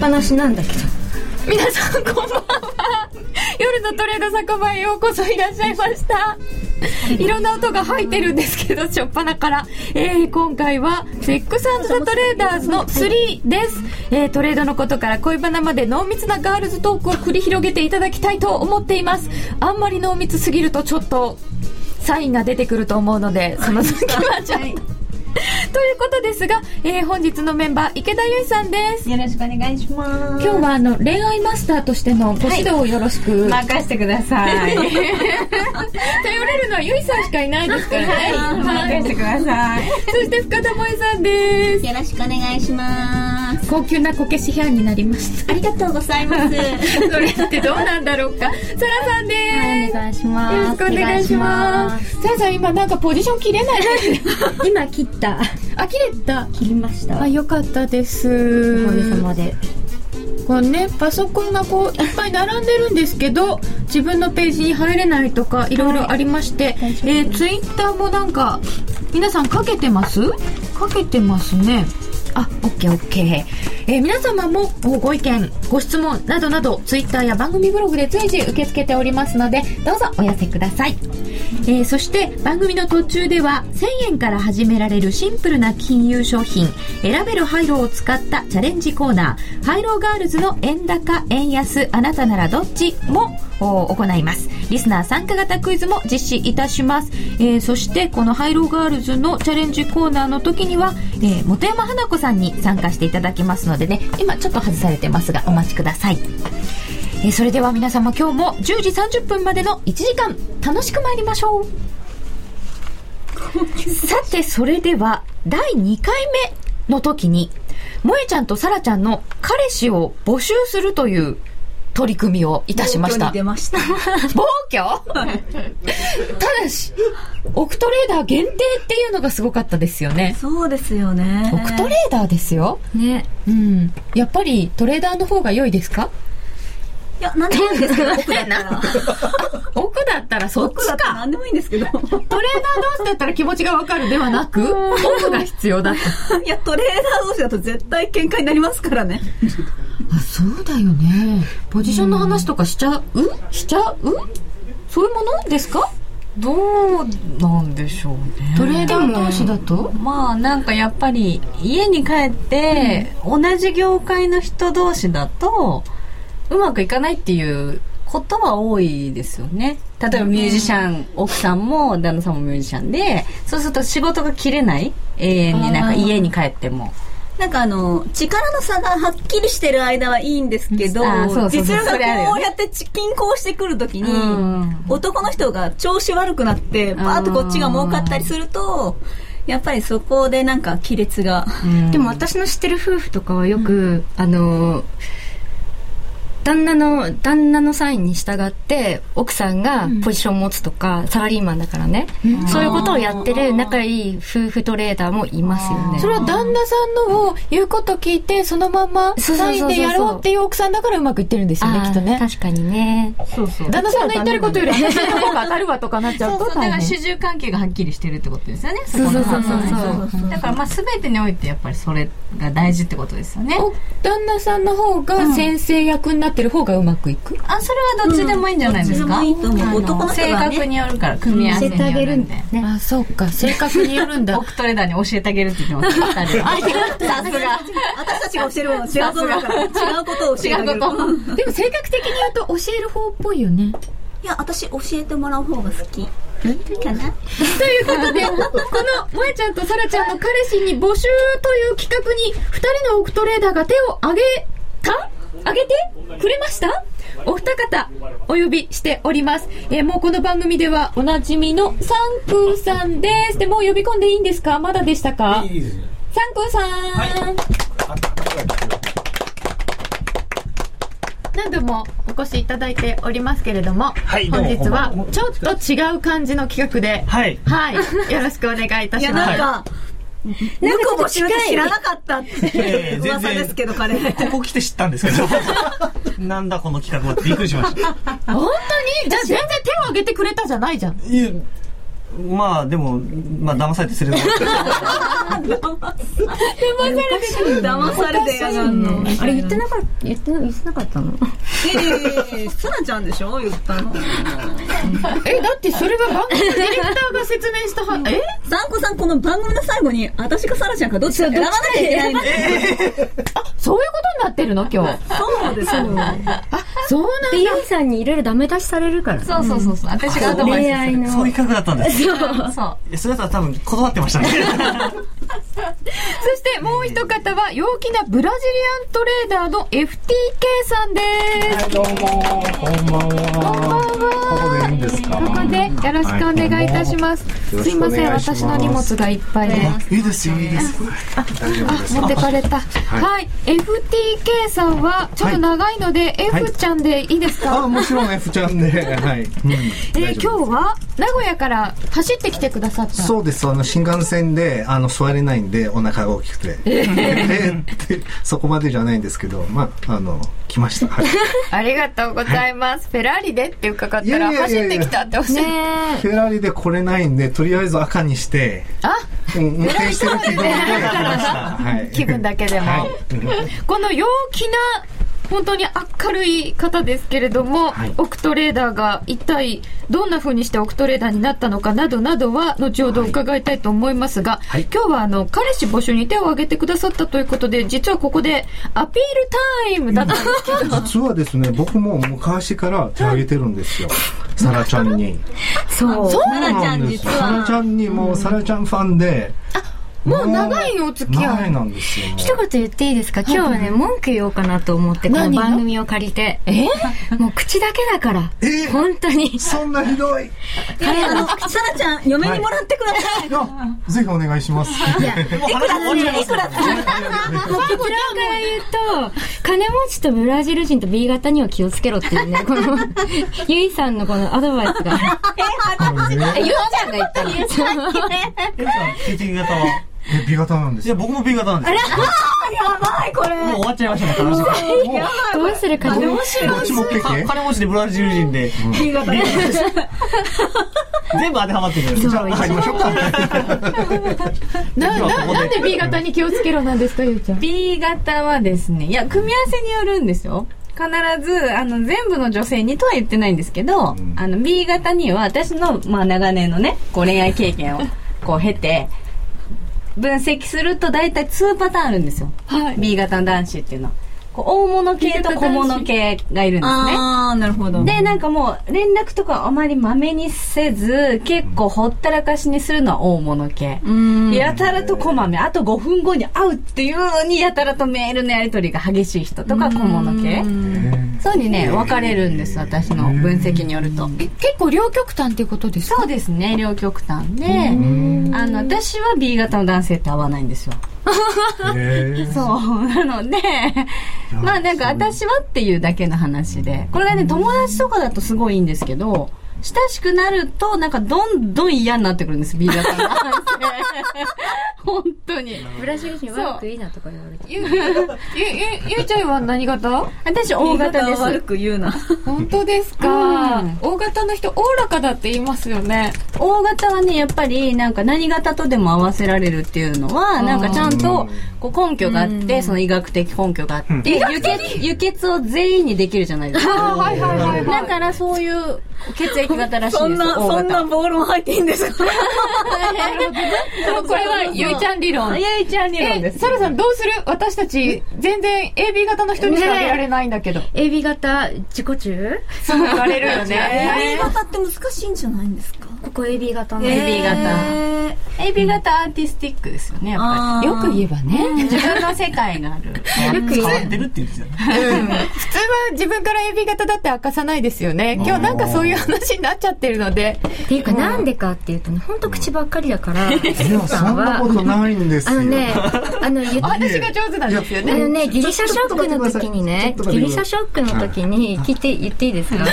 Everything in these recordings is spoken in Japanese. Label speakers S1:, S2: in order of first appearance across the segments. S1: 話なんだけど
S2: 皆さんこんばんは夜のトレード酒場へようこそいらっしゃいましたいろんな音が入ってるんですけど初っ端から、えー、今回はセックスザ・トレーダーズの3です、えー、トレードのことから恋バナまで濃密なガールズトークを繰り広げていただきたいと思っていますあんまり濃密すぎるとちょっとサインが出てくると思うのでその時はちょっと、ということですが、えー、本日のメンバー池田由衣さんです
S3: よろしくお願いします
S2: 今日はあの恋愛マスターとしてのご指導をよろしく、
S3: 任せてください
S2: 頼れるのはゆいさんしかいないですからね、はい
S3: 任せてください
S2: そして深田萌さんです
S4: よろしくお願いします。
S2: 高級なこけしヘアになりまし
S4: ありがとうございます。
S2: た それってどうなんだろうかサラさん
S4: お
S2: です、
S4: 願いし
S2: よろ
S4: ま
S2: しくお願いします。サラさん今なんかポジション切れ ないですね。
S4: 今切った。
S2: あ、切れた。
S4: 切りました。
S2: あ、よかったです。
S4: おかげさまで。
S2: こうねパソコンがこ ういっぱい並んでるんですけど自分のページに入れないとかいろいろありまして、
S4: 大丈夫
S2: えー、ツイッターもなんか皆さんかけてますかけてますねあ、オッケーオッケー。えー皆様もおご意見、ご質問などなど、ツイッターや番組ブログで随時受け付けておりますので、どうぞお寄せください。えーそして番組の途中では1000円から始められるシンプルな金融商品選べるハイローを使ったチャレンジコーナーハイローガールズの円高円安あなたならどっちもお行いますリスナー参加型クイズも実施いたします、えーそしてこのハイローガールズのチャレンジコーナーの時には、えー本山花子さんに参加していただきますのでね今ちょっと外されてますがお待ちくださいえーそれでは皆様今日も10時30分までの1時間楽しく参りましょうさてそれでは第2回目の時に萌えちゃんとさらちゃんの彼氏を募集するという取り組みをいたしました
S3: 出ました
S2: 暴挙ただしオクトレーダー限定っていうのがすごかったですよね
S3: そうですよね
S2: オクトレーダーですよ、
S3: ね
S2: うん、やっぱりトレーダーの方が良いですか
S3: いや何でもいいんですけど奥だったら
S2: 奥だったらそっ
S3: 奥だ
S2: ち
S3: ったら
S2: か
S3: 何でもいいんですけど
S2: トレーダー同士だったら気持ちがわかるではなく、オフが必要だった。
S3: いやトレーダー同士だと絶対喧嘩になりますからね
S2: あ、そうだよね。ポジションの話とかしちゃうしちゃうそういうものですか
S5: どうなんでしょうね
S2: トレーダー同士だと
S5: まあなんかやっぱり家に帰って同じ業界の人同士だとうまくいかないっていうことは多いですよね例えばミュージシャン奥さんも旦那さんもミュージシャンでそうすると仕事が切れない永遠になんか家に帰っても
S3: なんかあの力の差がはっきりしてる間はいいんですけど
S5: あーそうそうそう
S3: 実力が
S5: それあるよね
S3: こうやって均衡してくるときに、
S5: うん
S3: 男の人が調子悪くなってバーッとこっちが儲かったりするとやっぱりそこでなんか亀 裂が
S5: うん
S6: でも私の知ってる夫婦とかはよく、あの旦那の旦那のサインに従って奥さんがポジションを持つとか、サラリーマンだからね、そういうことをやってる仲いい夫婦トレーダーもいますよね
S2: それは旦那さんのを言うこと聞いて、そのまま
S6: そうそうそ
S2: サ
S6: う
S2: イ
S6: そ
S2: ン
S6: う
S2: でやろうっていう奥さんだからうまくいってるんですよね、
S6: あー
S2: きっとね。
S6: 確かにね
S2: 旦那さんの言ってることよ り話の方が当たるわとかなっちゃうと
S5: そうそう
S2: 大
S5: だから主
S2: 変。
S5: 従関係がはっきりしてるってことですよねそ
S6: そうそうそうそう
S5: そうだからまあ全てにおいてやっぱりそれが大事ってことですよね
S2: お旦那さんの方が先生役になってる方がうまくいく、
S5: あそれはどっちでもいいんじゃないですか、
S3: うんどっちでもいいと思
S5: あ
S3: う男の人
S5: 性
S3: はね
S5: 格によるから組み合わせによるんで
S2: ああ、そうか。性格によるんだ
S5: オ。クトレーダーに教えてあげるって言ってますあさすが
S3: 私たちが教えるもの違うぞだから違うことを教えてあげる
S5: 違うこと
S2: でも性格的に言うと教える方っぽいよね。
S3: いや私教えてもらう方が好きかな
S2: ということで、この萌ちゃんとさらちゃんの彼氏に募集という企画に、二人のオクトレーダーが手を挙げた挙げてくれましたお二方、お呼びしております。えーもうこの番組ではおなじみのサンクーさんです。で、もう呼び込んでいいんですかまだでしたか
S7: いいですね。
S2: サンクーさん、何度もお越しいただいておりますけれども、
S7: はい
S2: 本日は
S7: どうも
S2: ちょっと違う感じの企画で、
S7: はい。
S2: はい、よろしくお願いいた
S3: い
S2: し
S3: や
S2: ます。
S3: なんかぬくも知るって知らなかったって
S7: え
S3: いう
S7: え
S3: 噂ですけど彼
S7: ここ来て知ったんですけど。 なんだこの企画はってびっくりしました。
S2: 本当にじゃあ全然手を挙げてくれたじゃないじゃん。
S7: いやまあでも、まあ騙されてすれば。
S3: 騙されてやがんの。
S4: あれ言ってなかった、言ってな、言ってなかったの
S3: いやいやいやいやさなちゃんでしょ言ったの。
S2: え、だってそれは番組ディレクターが説明したは、え
S3: サンコさん、この番組の最後に、私かサラちゃんかどっちか選ばなきゃいけないんで。
S2: そういうことになってるの今日。
S3: そうですよ。
S2: そうなんだ。
S4: で、ゆいさんにいろいろダメ出しされるから。
S5: そうそうそうそう。私 がアドバイス
S4: 恋愛の。
S7: そういう企画だったんです。い
S5: する。そう。
S7: やそれだったら多分断ってましたね。
S2: そしてもう一方は、陽気なブラジリアントレーダーの FTK さんです。
S1: どうもこんばんは。ここでいいんですか。
S2: ここでよろしくお願いいたします。
S1: はい
S2: すいません、
S1: よろしくお願い
S2: 私
S1: します
S2: の荷物がいっぱいで。
S7: いいですよいいですよ。
S1: 大丈夫です
S2: 持ってかれた。はい、
S1: い
S2: FTK さんは、ちょっと長いので、
S1: はい
S2: F ちゃんでいいですか、
S1: あ、もちろん F ちゃんで、はい。うん
S2: えー
S1: 大丈夫です
S2: 今日は、名古屋から走ってきてくださった。
S1: そうですあの新幹線であの座れないんでお腹が大きくて、えーってそこまでじゃないんですけどまああの来ました、はい、
S2: ありがとうございます。フェラーリでって伺ったら、
S1: いやい
S2: 走
S1: や
S2: っ
S1: いやい
S2: て
S1: や
S2: きたっておっしゃって。
S1: フェラーリで来れないんでとりあえず赤にして
S2: あ
S1: うん運転してる気分で来ました、はい、
S2: 気分だけでも
S1: はい
S2: この陽気な、本当に明るい方ですけれども、
S1: はい
S2: オクトレーダーが一体どんな風にしてオクトレーダーになったのかなどなどは後ほど伺いたいと思いますが、
S1: はい
S2: 今日はあの彼氏募集に手を挙げてくださったということで、実はここでアピールタイムだったんですけど、
S1: 実はですね僕も昔から手挙げてるんですよサラちゃんに
S4: そう。
S3: サラちゃん
S1: です
S3: 実
S1: よサラち
S3: は。
S1: ゃんにもうサラちゃんファンで
S2: もう長いお付き合
S1: 長い
S2: い。
S1: なんですよもう
S4: 一言言っていいですか今日はね、文句言おうかなと思って、この
S2: 何が
S4: 番組を借りて。えもう口だけだから。
S1: え
S4: 本当に。
S1: そんなひどい
S3: 彼あの、サラちゃん、嫁にもらってください。
S1: あぜひお願いします
S3: いくらいくら
S4: もう結論から言うと、金持ちとブラジル人と B 型には気をつけろっていうね、こ の、ゆいさんのこのアドバイスが。
S5: え、ゆうちゃんが言ったの
S7: えさん血液型は。
S1: え B 型なんで
S7: い
S1: す
S7: や
S1: よ
S7: 僕も B 型なんですよ。
S3: やばい、これ。
S7: もう終わっちゃいましたね。話が
S4: どうするかね。
S1: どっちもペ
S7: か
S1: ケ
S7: 金持ちでブラジル人で B 型で全部当てはまってくるじゃあ
S1: 入りましょうか
S2: な、な、なんで B 型に気をつけろなんですか、ゆうちゃん。
S5: B 型はですね、いや、組み合わせによるんですよ。必ず、あの、全部の女性にとは言ってないんですけど、
S1: うん
S5: あの、B 型には私の、まあ、長年のね、こう、恋愛経 験を、こう、経て、分析すると大体2パターンあるんですよ。B 型の男子っていうのは。こう、大物系と小物系がいるんですね。
S3: あー、なるほど。
S5: で、なんかもう、連絡とかあまりまめにせず、結構ほったらかしにするのは大物系。
S3: うん。
S5: やたらとこまめ、あと5分後に会うっていうのに、やたらとメールのやり取りが激しい人とか、小物系。そうにね、分かれるんです、私の分析によると。
S2: え結構両極端っていうことですか
S5: そうですね、両極端で、あの、私は B 型の男性って合わないんですよ。そう、なので、まあなんか私はっていうだけの話で、これがね、友達とかだとすごいいいんですけど、親しくなると、なんかどんどん嫌になってくるんです、B 型の男性。本 当に。
S4: ブラジル人悪くいいなとか言われて。
S2: ゆ、ゆ、ゆ、ゆうちゃんは何型
S5: 私、大
S3: B
S5: 型
S3: 型
S5: で
S3: は悪
S5: す。
S3: く言うな。
S2: 本当です
S5: か
S2: か、大型の人、おおらかだって言いますよね。
S5: 大型はね、やっぱり、なんか何型とでも合わせられるっていうのは、なんかちゃんと、こう根拠があって、その医学的根拠があって、輸血、輸血を全員にできるじゃないですか。
S2: ああ、はいはいはい、
S5: だからそういう血液型らしいです。
S3: そんな、
S5: 大
S3: そん
S5: 型
S3: な暴論入っていいんですか
S2: これは、ゆいちゃん理論。
S5: ゆいちゃん理論
S2: え、
S5: です。
S2: サラさんどうする私たち、全然 AB 型の人にしかあげられないんだけど。
S4: AB 型自己中
S2: そう言われるよ
S3: A
S2: ね。
S3: 型って難しいんじゃないんですか
S4: ここ AB 型の。
S5: AB 型。
S3: え
S5: AB 型アーティスティックですよね、やっぱ
S3: ー。
S2: よく言えばね。
S5: り。自分の世界がある。
S7: 変わってるって言うんですよね
S2: 普通は自分から AB 型だって明かさないですよね。今日なんかそういう話になっちゃってるので。
S4: っていうか、なんでかっていうとね、ほんと口ばっかりだから、
S1: いやそんなことないんです
S4: あ
S1: よ
S4: のね、あの、言っ
S2: 私が上手なんですよ
S4: あ
S2: ね。
S4: のね、ギリシャショックの時にね
S1: ちょっと、待
S4: ギ
S1: って
S4: リ
S1: く
S4: シャ
S1: だ
S4: シ
S1: さ
S4: ョックの時に聞いて、言っていいですか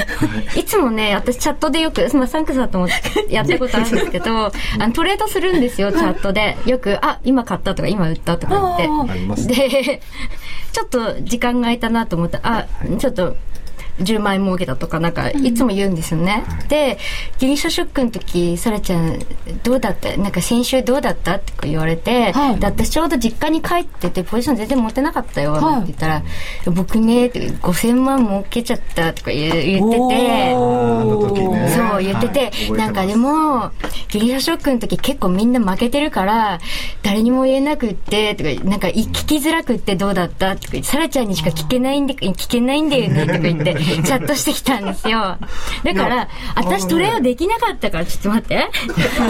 S4: いつもね、私チャットでよく、まあ、サンクスだと思ってやったことあるんですけど、あのトレードするんですよ、チャットで。よく、あ、今買ったとか、今売ったとか言
S1: ありま
S4: っ
S1: す
S4: て。で、ちょっと時間が空いたなと思ったら、あ、ちょっと、 10万円儲けだとかなんかいつも言うんですよね、でギリシャショックの時サラちゃんどうだったなんか先週どうだったって言われて、
S8: はい
S4: で私ちょうど実家に帰っててポジション全然持てなかったよって
S8: はい
S4: 言ったら、僕ねって5000万儲けちゃったとか言う言って
S1: あ
S4: て
S1: ーあの時ね
S4: そう言ってて、
S1: はい覚えます
S4: なんかでもギリシャショックの時結構みんな負けてるから誰にも言えなくってとかなんかい聞きづらくってどうだったとかサラちゃんにしか聞けないんで聞けないんだよねとか言っ てチャットしてきたんですよだから私トレードできなかったからちょっと待って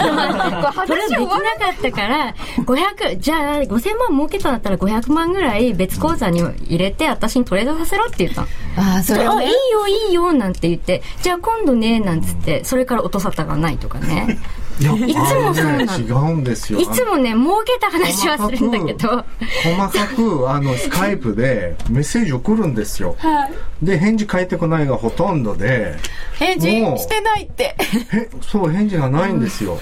S4: トレードできなかったから500じゃあ5000万儲けたんだったら500万ぐらい別口座に入れて私にトレードさせろって言ったの
S2: ああ、それを
S4: あい
S2: ね。
S4: いよいいよなんて言ってじゃあ今度ねなんつってそれから音沙汰がないとか ね
S1: いや
S4: いつもそうなの
S1: あれね違うんですよ
S4: いつもね儲けた話はするんだけど
S1: 細かくあのスカイプでメッセージ送るんですよ、で返事返ってこないがほとんどで
S2: 返事
S1: もう
S2: してないって。
S1: へそう返事がないんですよ、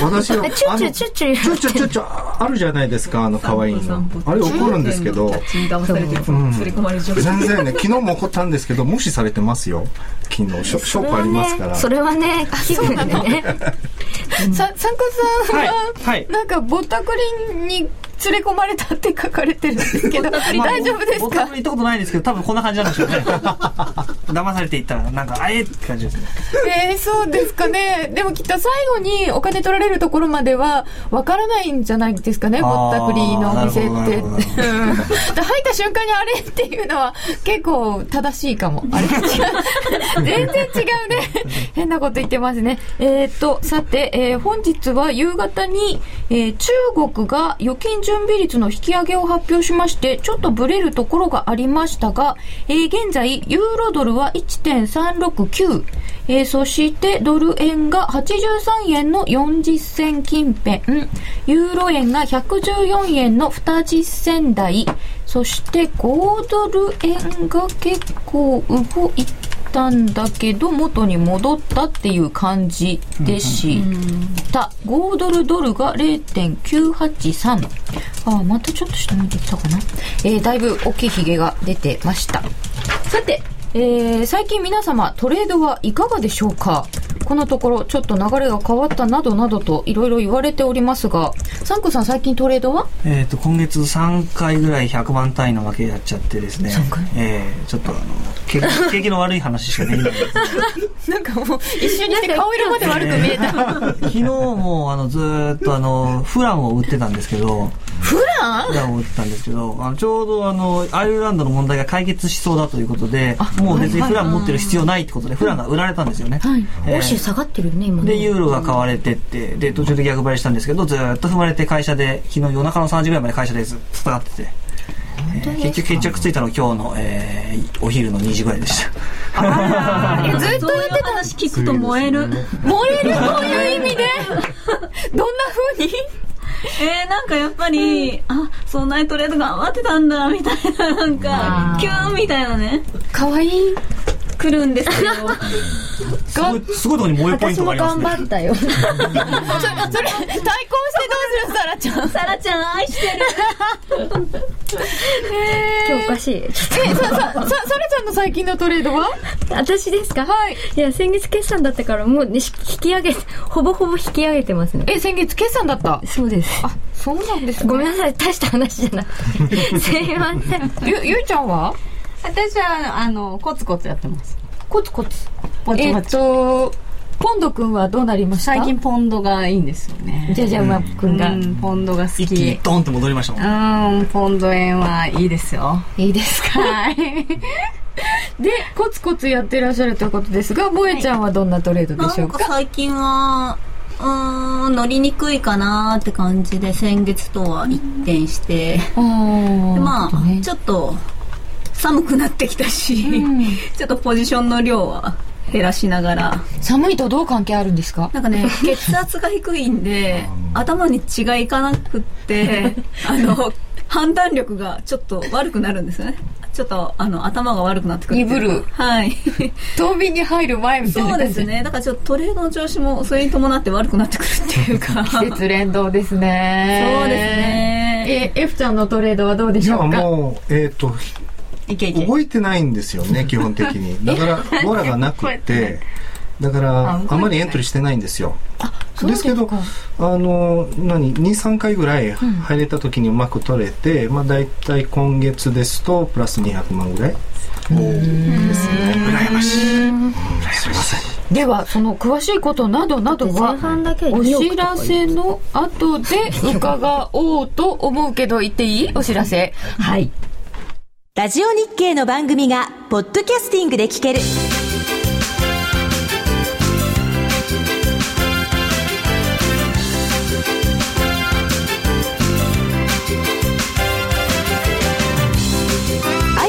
S1: 私は
S4: えチュッチュチュッチュ
S1: ちょちょちょちょあるじゃないですかあの可愛いのあれ怒るんですけど
S3: 立ちに騙されてる、
S1: ん
S3: 連れ込まれる状況
S1: 全然ね昨日も怒ったんですけど無視されてますよ昨日しょ証拠ありますから
S4: それはね気分で ね
S2: さ、参加さん
S7: はい
S2: は、
S7: はい
S2: なんか、ぼったくりに連れ込まれたって書かれてるんですけど、大丈夫です
S7: 僕は
S2: か
S7: 行ったことないですけど、多分こんな感じなんでしょうね。 騙されていったら、なんか、あえって感じですね。
S2: えー、そうですかね。でもきっと最後にお金取られるところまではわからないんじゃないですかね、
S7: あー
S2: ぼったくりのお店
S7: な
S2: って。
S7: る
S2: う
S7: ほ
S2: ん
S7: ど
S2: で入った瞬間にあれっていうのは結構正しいかも。あれ 違う。全然違うね。変なこと言ってますね。えー、っと、さて、えー本日は夕方に、えー中国が預金準備率の引き上げを発表しまして、ちょっとブレるところがありましたが、えー現在、ユーロドルは1.369、えーそしてドル円が83円の40銭近辺、ユーロ円が114円の20銭台、そして5ドル円が結構動いたんだけど元に戻ったっていう感じでした5ドルドルが0.983ああまたちょっと下向いてきたかな、えーだいぶ大きいヒゲが出てましたさて、えー最近皆様トレードはいかがでしょうかこのところちょっと流れが変わったなどなどといろいろ言われておりますがサンクさん最近トレードは
S7: えっ、と、今月3回ぐらい100万単位の負けやっちゃってですね。
S2: 3回
S7: ええちょっとあの、景気景気の悪い話しかできない。
S2: なんかもう一瞬にして顔色まで悪く見えた
S7: 昨日もあのずーっとあのフランを売ってたんですけどフランフランを売ってたんですけどあのちょうどあのアイルランドの問題が解決しそうだということでもう別にフラン持ってる必要ないってことでフランが売られたんですよね、えー
S4: 少し下がってるね今ね
S7: でユーロが買われてってで途中で逆張りしたんですけどずーっと踏まれて会社で昨日夜中の3時ぐらいまで会社でずっと戦ってて。えー結局決着ついたの今日の、えーお昼の2時ぐらいでした
S3: ずっと言ってた話聞くと燃える。
S2: 燃えるという意味でどんな風に
S3: えー、なんかやっぱり、あ、そんなにトレード頑張ってたんだ、みたいな、なんか、キューンみたいなね、
S2: 可愛い
S3: 来るんです けど、
S7: すごいすごいところに燃えるポイン
S4: 私
S7: トが
S4: も
S7: あります
S4: 頑
S7: ね
S4: 張ったよ
S2: それそれ対抗してどうするサラちゃん
S3: サラちゃん愛してる。
S4: 今日おかしいちょっ
S2: えさささサラちゃんの最近のトレードは
S4: と私ですかはいいや先月決算だったからもうねし引き上げほぼほぼ引き上げてますね
S2: え先月決算だった
S4: そうです
S2: あそうなんです
S4: ごめんなさい大した話 じゃなくてすいません
S2: ゆゆいちゃんは
S5: 私は、あの、コツコツやってます。
S2: コツコツ
S5: ぼち
S2: え
S5: ぼ
S2: っ
S5: ち。
S2: とポンド君はどうなりました
S5: 最近ポンドがいいんですよね。
S2: じゃじゃ馬君が
S5: うん、ポンドが好
S7: 一気
S5: き
S7: に。ドンって戻りましたもん
S5: うん、ポンド円はいいですよ。
S2: いいですか
S5: はい。
S2: でコツコツやってらっしゃるということですが萌えちゃんはどんなトレードでしょ
S3: な
S2: うんか
S3: か最近は、うーん、乗りにくいかなーって感じで、先月とは一転して、でま
S2: ま
S3: あ、ちょっと、寒くなってきたし、ちょっとポジションの量は減らしながら、
S2: 寒いとどう関係あるんですか
S3: なんかね、血圧が低いんで、頭に血がいかなくって、あの、判断力がちょっと悪くなるんですよね。ちょっと、あの、頭が悪くなってくるっていうか
S2: 鈍る
S3: はい。
S2: 冬眠に入る前みたいな
S3: そう
S2: 感じ
S3: ですね。だからちょっとトレードの調子もそれに伴って悪くなってくるっていうか。
S2: 季節連動ですね
S3: そうですね
S2: え F ちゃんのトレードはどうで
S1: い
S2: し
S1: や
S2: ょうか
S1: もうえっ、と
S9: いけいけ。
S1: 覚えてないんですよね、基本的に。だから、ボラがなくて、だから、あまりエントリーしてないんですよ。ですけど、あの、何、2、3回ぐらい入れた時にうまく取れて、まあ大体今月ですと、プラス200万ぐらい。ですね。羨ましい。うんすいません。
S2: ではその詳しいことなどなどはお知らせの後で伺おうと思うけど言っていいお知らせ
S10: はい。ラジオ日経の番組がポッドキャスティングで聞ける。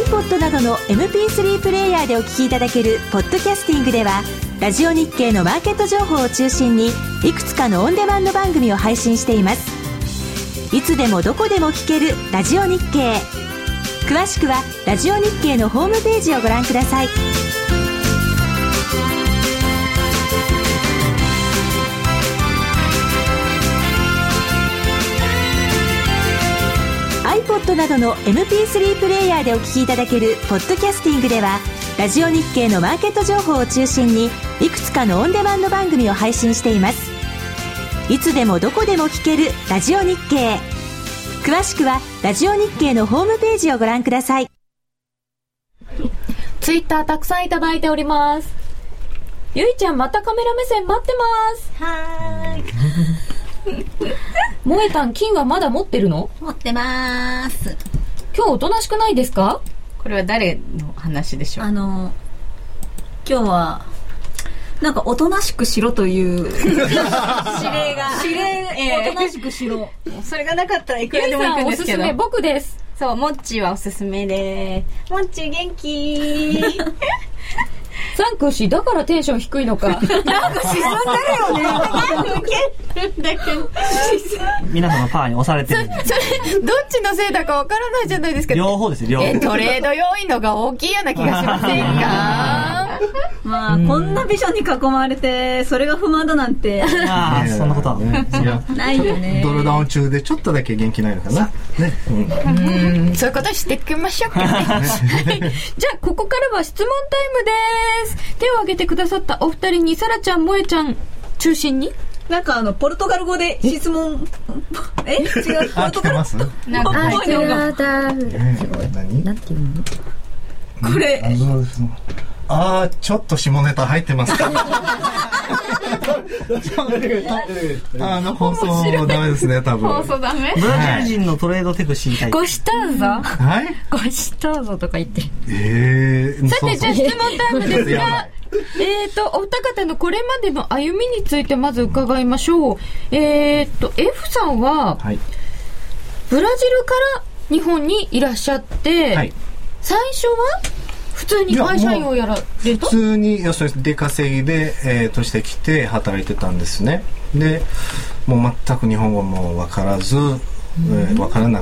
S10: iPod などの MP3 プレイヤーでお聞きいただけるポッドキャスティングでは、ラジオ日経のマーケット情報を中心にいくつかのオンデマンド番組を配信しています。いつでもどこでも聞けるラジオ日経。詳しくはラジオ日経のホームページをご覧ください「iPod などの MP3 プレイヤーでお聞きいただけるポッドキャスティングではラジオ日経のマーケット情報を中心にいくつかのオンデマンド番組を配信していますいつでもどこでも聞ける「ラジオ日経」詳しくはラジオ日経のホームページをご覧ください
S2: ツイッターたくさんいただいておりますゆいちゃんまたカメラ目線待ってますは ーい萌えたん金はまだ持ってるの
S3: 持ってまーす。
S2: 今日おとなしくないですか
S9: これは誰の話でしょう
S3: あの、今日は、なんか、おとなしくしろという、指令が。指令、おとなしくしろ。
S9: それがなかったらいく
S2: ゆ
S9: ら
S2: い
S9: でも行
S2: さ
S9: くん
S2: んお
S9: です
S2: す
S9: け
S2: す
S9: ど
S2: め。僕です
S9: そう、もっちーはおすすめでーす。もっちー元気ー。
S2: サンクーシーだからテンション低い のか
S7: 皆さんのパワーに押されてるんで。
S2: それどっちのせいだかわからないじゃないですか
S7: 両方ですよ、両
S2: え
S7: 方。
S2: トレード要因のが大きいような気がしませんか
S3: まあ、こんな美女に囲まれて、それが不満だなんて、
S7: ああ、そんなことは。
S1: ねいや
S3: ないよね。
S1: ドルダウン中でちょっとだけ元気ないのかな。ね。うん
S2: うんそういうことしていきましょう かね。はいじゃあ、ここからは質問タイムです。手を挙げてくださったお二人に、さらちゃん、萌えちゃん、中心に
S3: なんかあの、ポルトガル語で質問、え違う、ポ
S1: あ、来
S3: ルト
S1: て
S3: ガル語
S1: ま
S3: っ
S1: す。
S9: なんか、
S3: ぽいのが。
S1: えー何？
S6: なんていうの
S3: これ、
S1: あそうですあーちょっと下ネタ入ってます かあの放送ダメですね多分
S9: ダメ
S7: ブラジル人のトレードテク知りたい。
S6: ゴシターザ
S1: はい
S6: ゴシターザとか言って。
S1: えー、
S2: さて、じゃあ質問タイム です
S1: やば
S2: が
S1: い、
S2: えーと、お二方のこれまでの歩みについてまず伺いましょう。えーと、F さんは、
S1: はい
S2: ブラジルから日本にいらっしゃって、
S1: はい
S2: 最初は普通に会社員をやられた
S1: 普通に要するに出稼ぎで、えーとしてきて働いてたんですねでもう全く日本語も分からず、えー分からな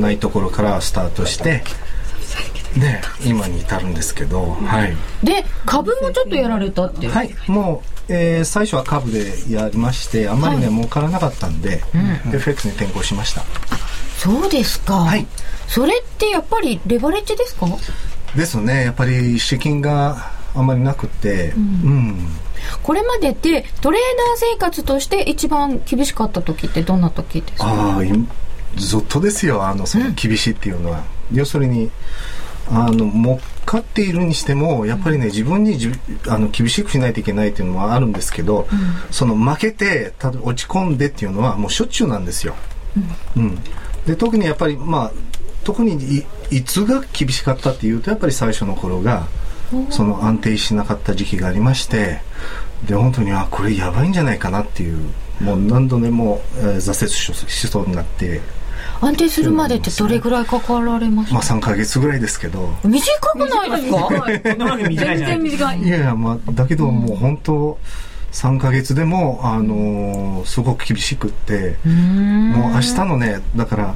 S1: ないところからスタートしてで今に至るんですけど、はい
S2: で、株もちょっとやられたっていう。
S1: はい、もう、えー最初は株でやりましてあまりね、儲からなかったんで、FX に転向しました
S2: そうですか。
S1: はい
S2: それってやっぱりレバレッジですか
S1: ですねやっぱり資金があまりなくてうん、
S2: これまででトレーダー生活として一番厳しかった時ってどんな時ですか
S1: ああいずっとですよあのその厳しいっていうのは、要するにあの儲かっているにしてもやっぱりね自分にじゅあの厳しくしないといけないっていうのはあるんですけど、その負けてただ落ち込んでっていうのはもうしょっちゅうなんですよ。うん、で特にやっぱりまあ特にいいつが厳しかったっていうとやっぱり最初の頃がその安定しなかった時期がありましてで本当にあこれやばいんじゃないかなっていうもう何度でも、えー挫折ししそうになって、
S2: 安定するまでってどれぐらいかかられました、
S1: まあ、3ヶ月ぐらいですけど
S2: 短くないですか
S7: そんなわけ短いじゃない
S3: 全然短い。
S1: いやいや、まあ、だけどもう本当3ヶ月でも、あのーすごく厳しくってもう明日のねだから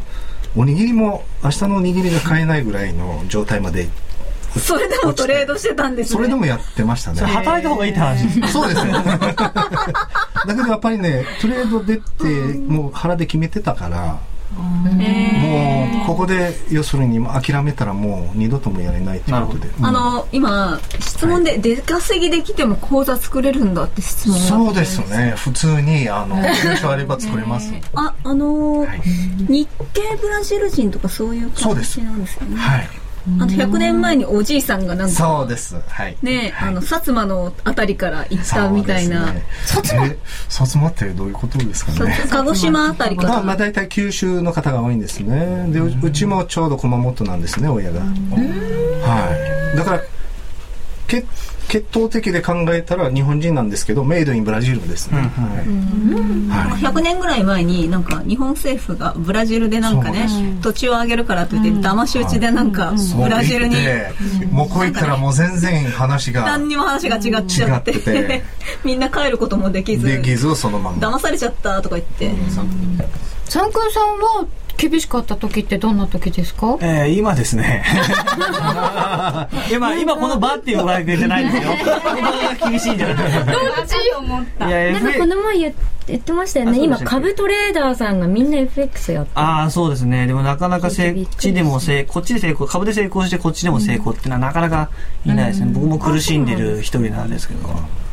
S1: おにぎりも明日のおにぎりが買えないぐらいの状態まで
S3: それでもトレードしてたんですね。
S1: それでもやってましたね。
S7: それ働いた方がいいって話です。
S1: そう ですね。だけどやっぱりね、トレード出て、もう腹で決めてたから、もうここで要するにもう諦めたらもう二度ともやれないということで、
S3: あの今質問で出稼ぎできても講座作れるんだって質
S1: うん
S3: 問があっ
S1: そ
S3: た
S1: うんですね普通にあの住所あれば作れます、
S3: ああのー日系ブラジル人とかそういう
S1: そうです
S3: 形なんですよね
S1: はい
S3: あと100年前におじいさんがなんか
S1: そうですはい
S3: ね、
S1: はい
S3: あの薩摩のあたりから行ったみたいな、
S1: そうですねえ薩摩ってどういうことですかね
S3: 薩鹿児島あたりか
S1: まあ、まあ
S3: ら
S1: 大体九州の方が多いんですねでううちもちょうど熊本なんですね親がはいだから血血統的で考えたら日本人なんですけどメイドインブラジルですね、はいはい
S3: 100年ぐらい前になんか日本政府がブラジルでなんかね土地をあげるからって言って騙し討ちでなんかブラジルに
S1: そう言ってもうこう言ったらもう全然話が
S3: 何にも話が違っちゃって
S1: 違ってて
S3: みんな帰ることもできず
S1: できずそのまま
S3: 騙されちゃったとか言って
S2: 三君さんは厳しかった時ってどんな時ですか
S11: えー、今ですね。
S7: 今、今このバーっていうワークじゃないですよ。ここが厳しいんじゃないですか。いや、
S4: なんかこ
S7: FA
S4: の前言って言ってましたよ
S7: あ
S4: ね
S7: そうで
S4: 今
S7: したっけ
S4: 株トレーダーさんがみんな FX やって
S7: ああ、そうですね。でもなかなかせい、こっちでも成こっちで成功、株で成功してこっちでも成功ってのはなかなかいないですね。僕も苦しんでる一人なんですけど。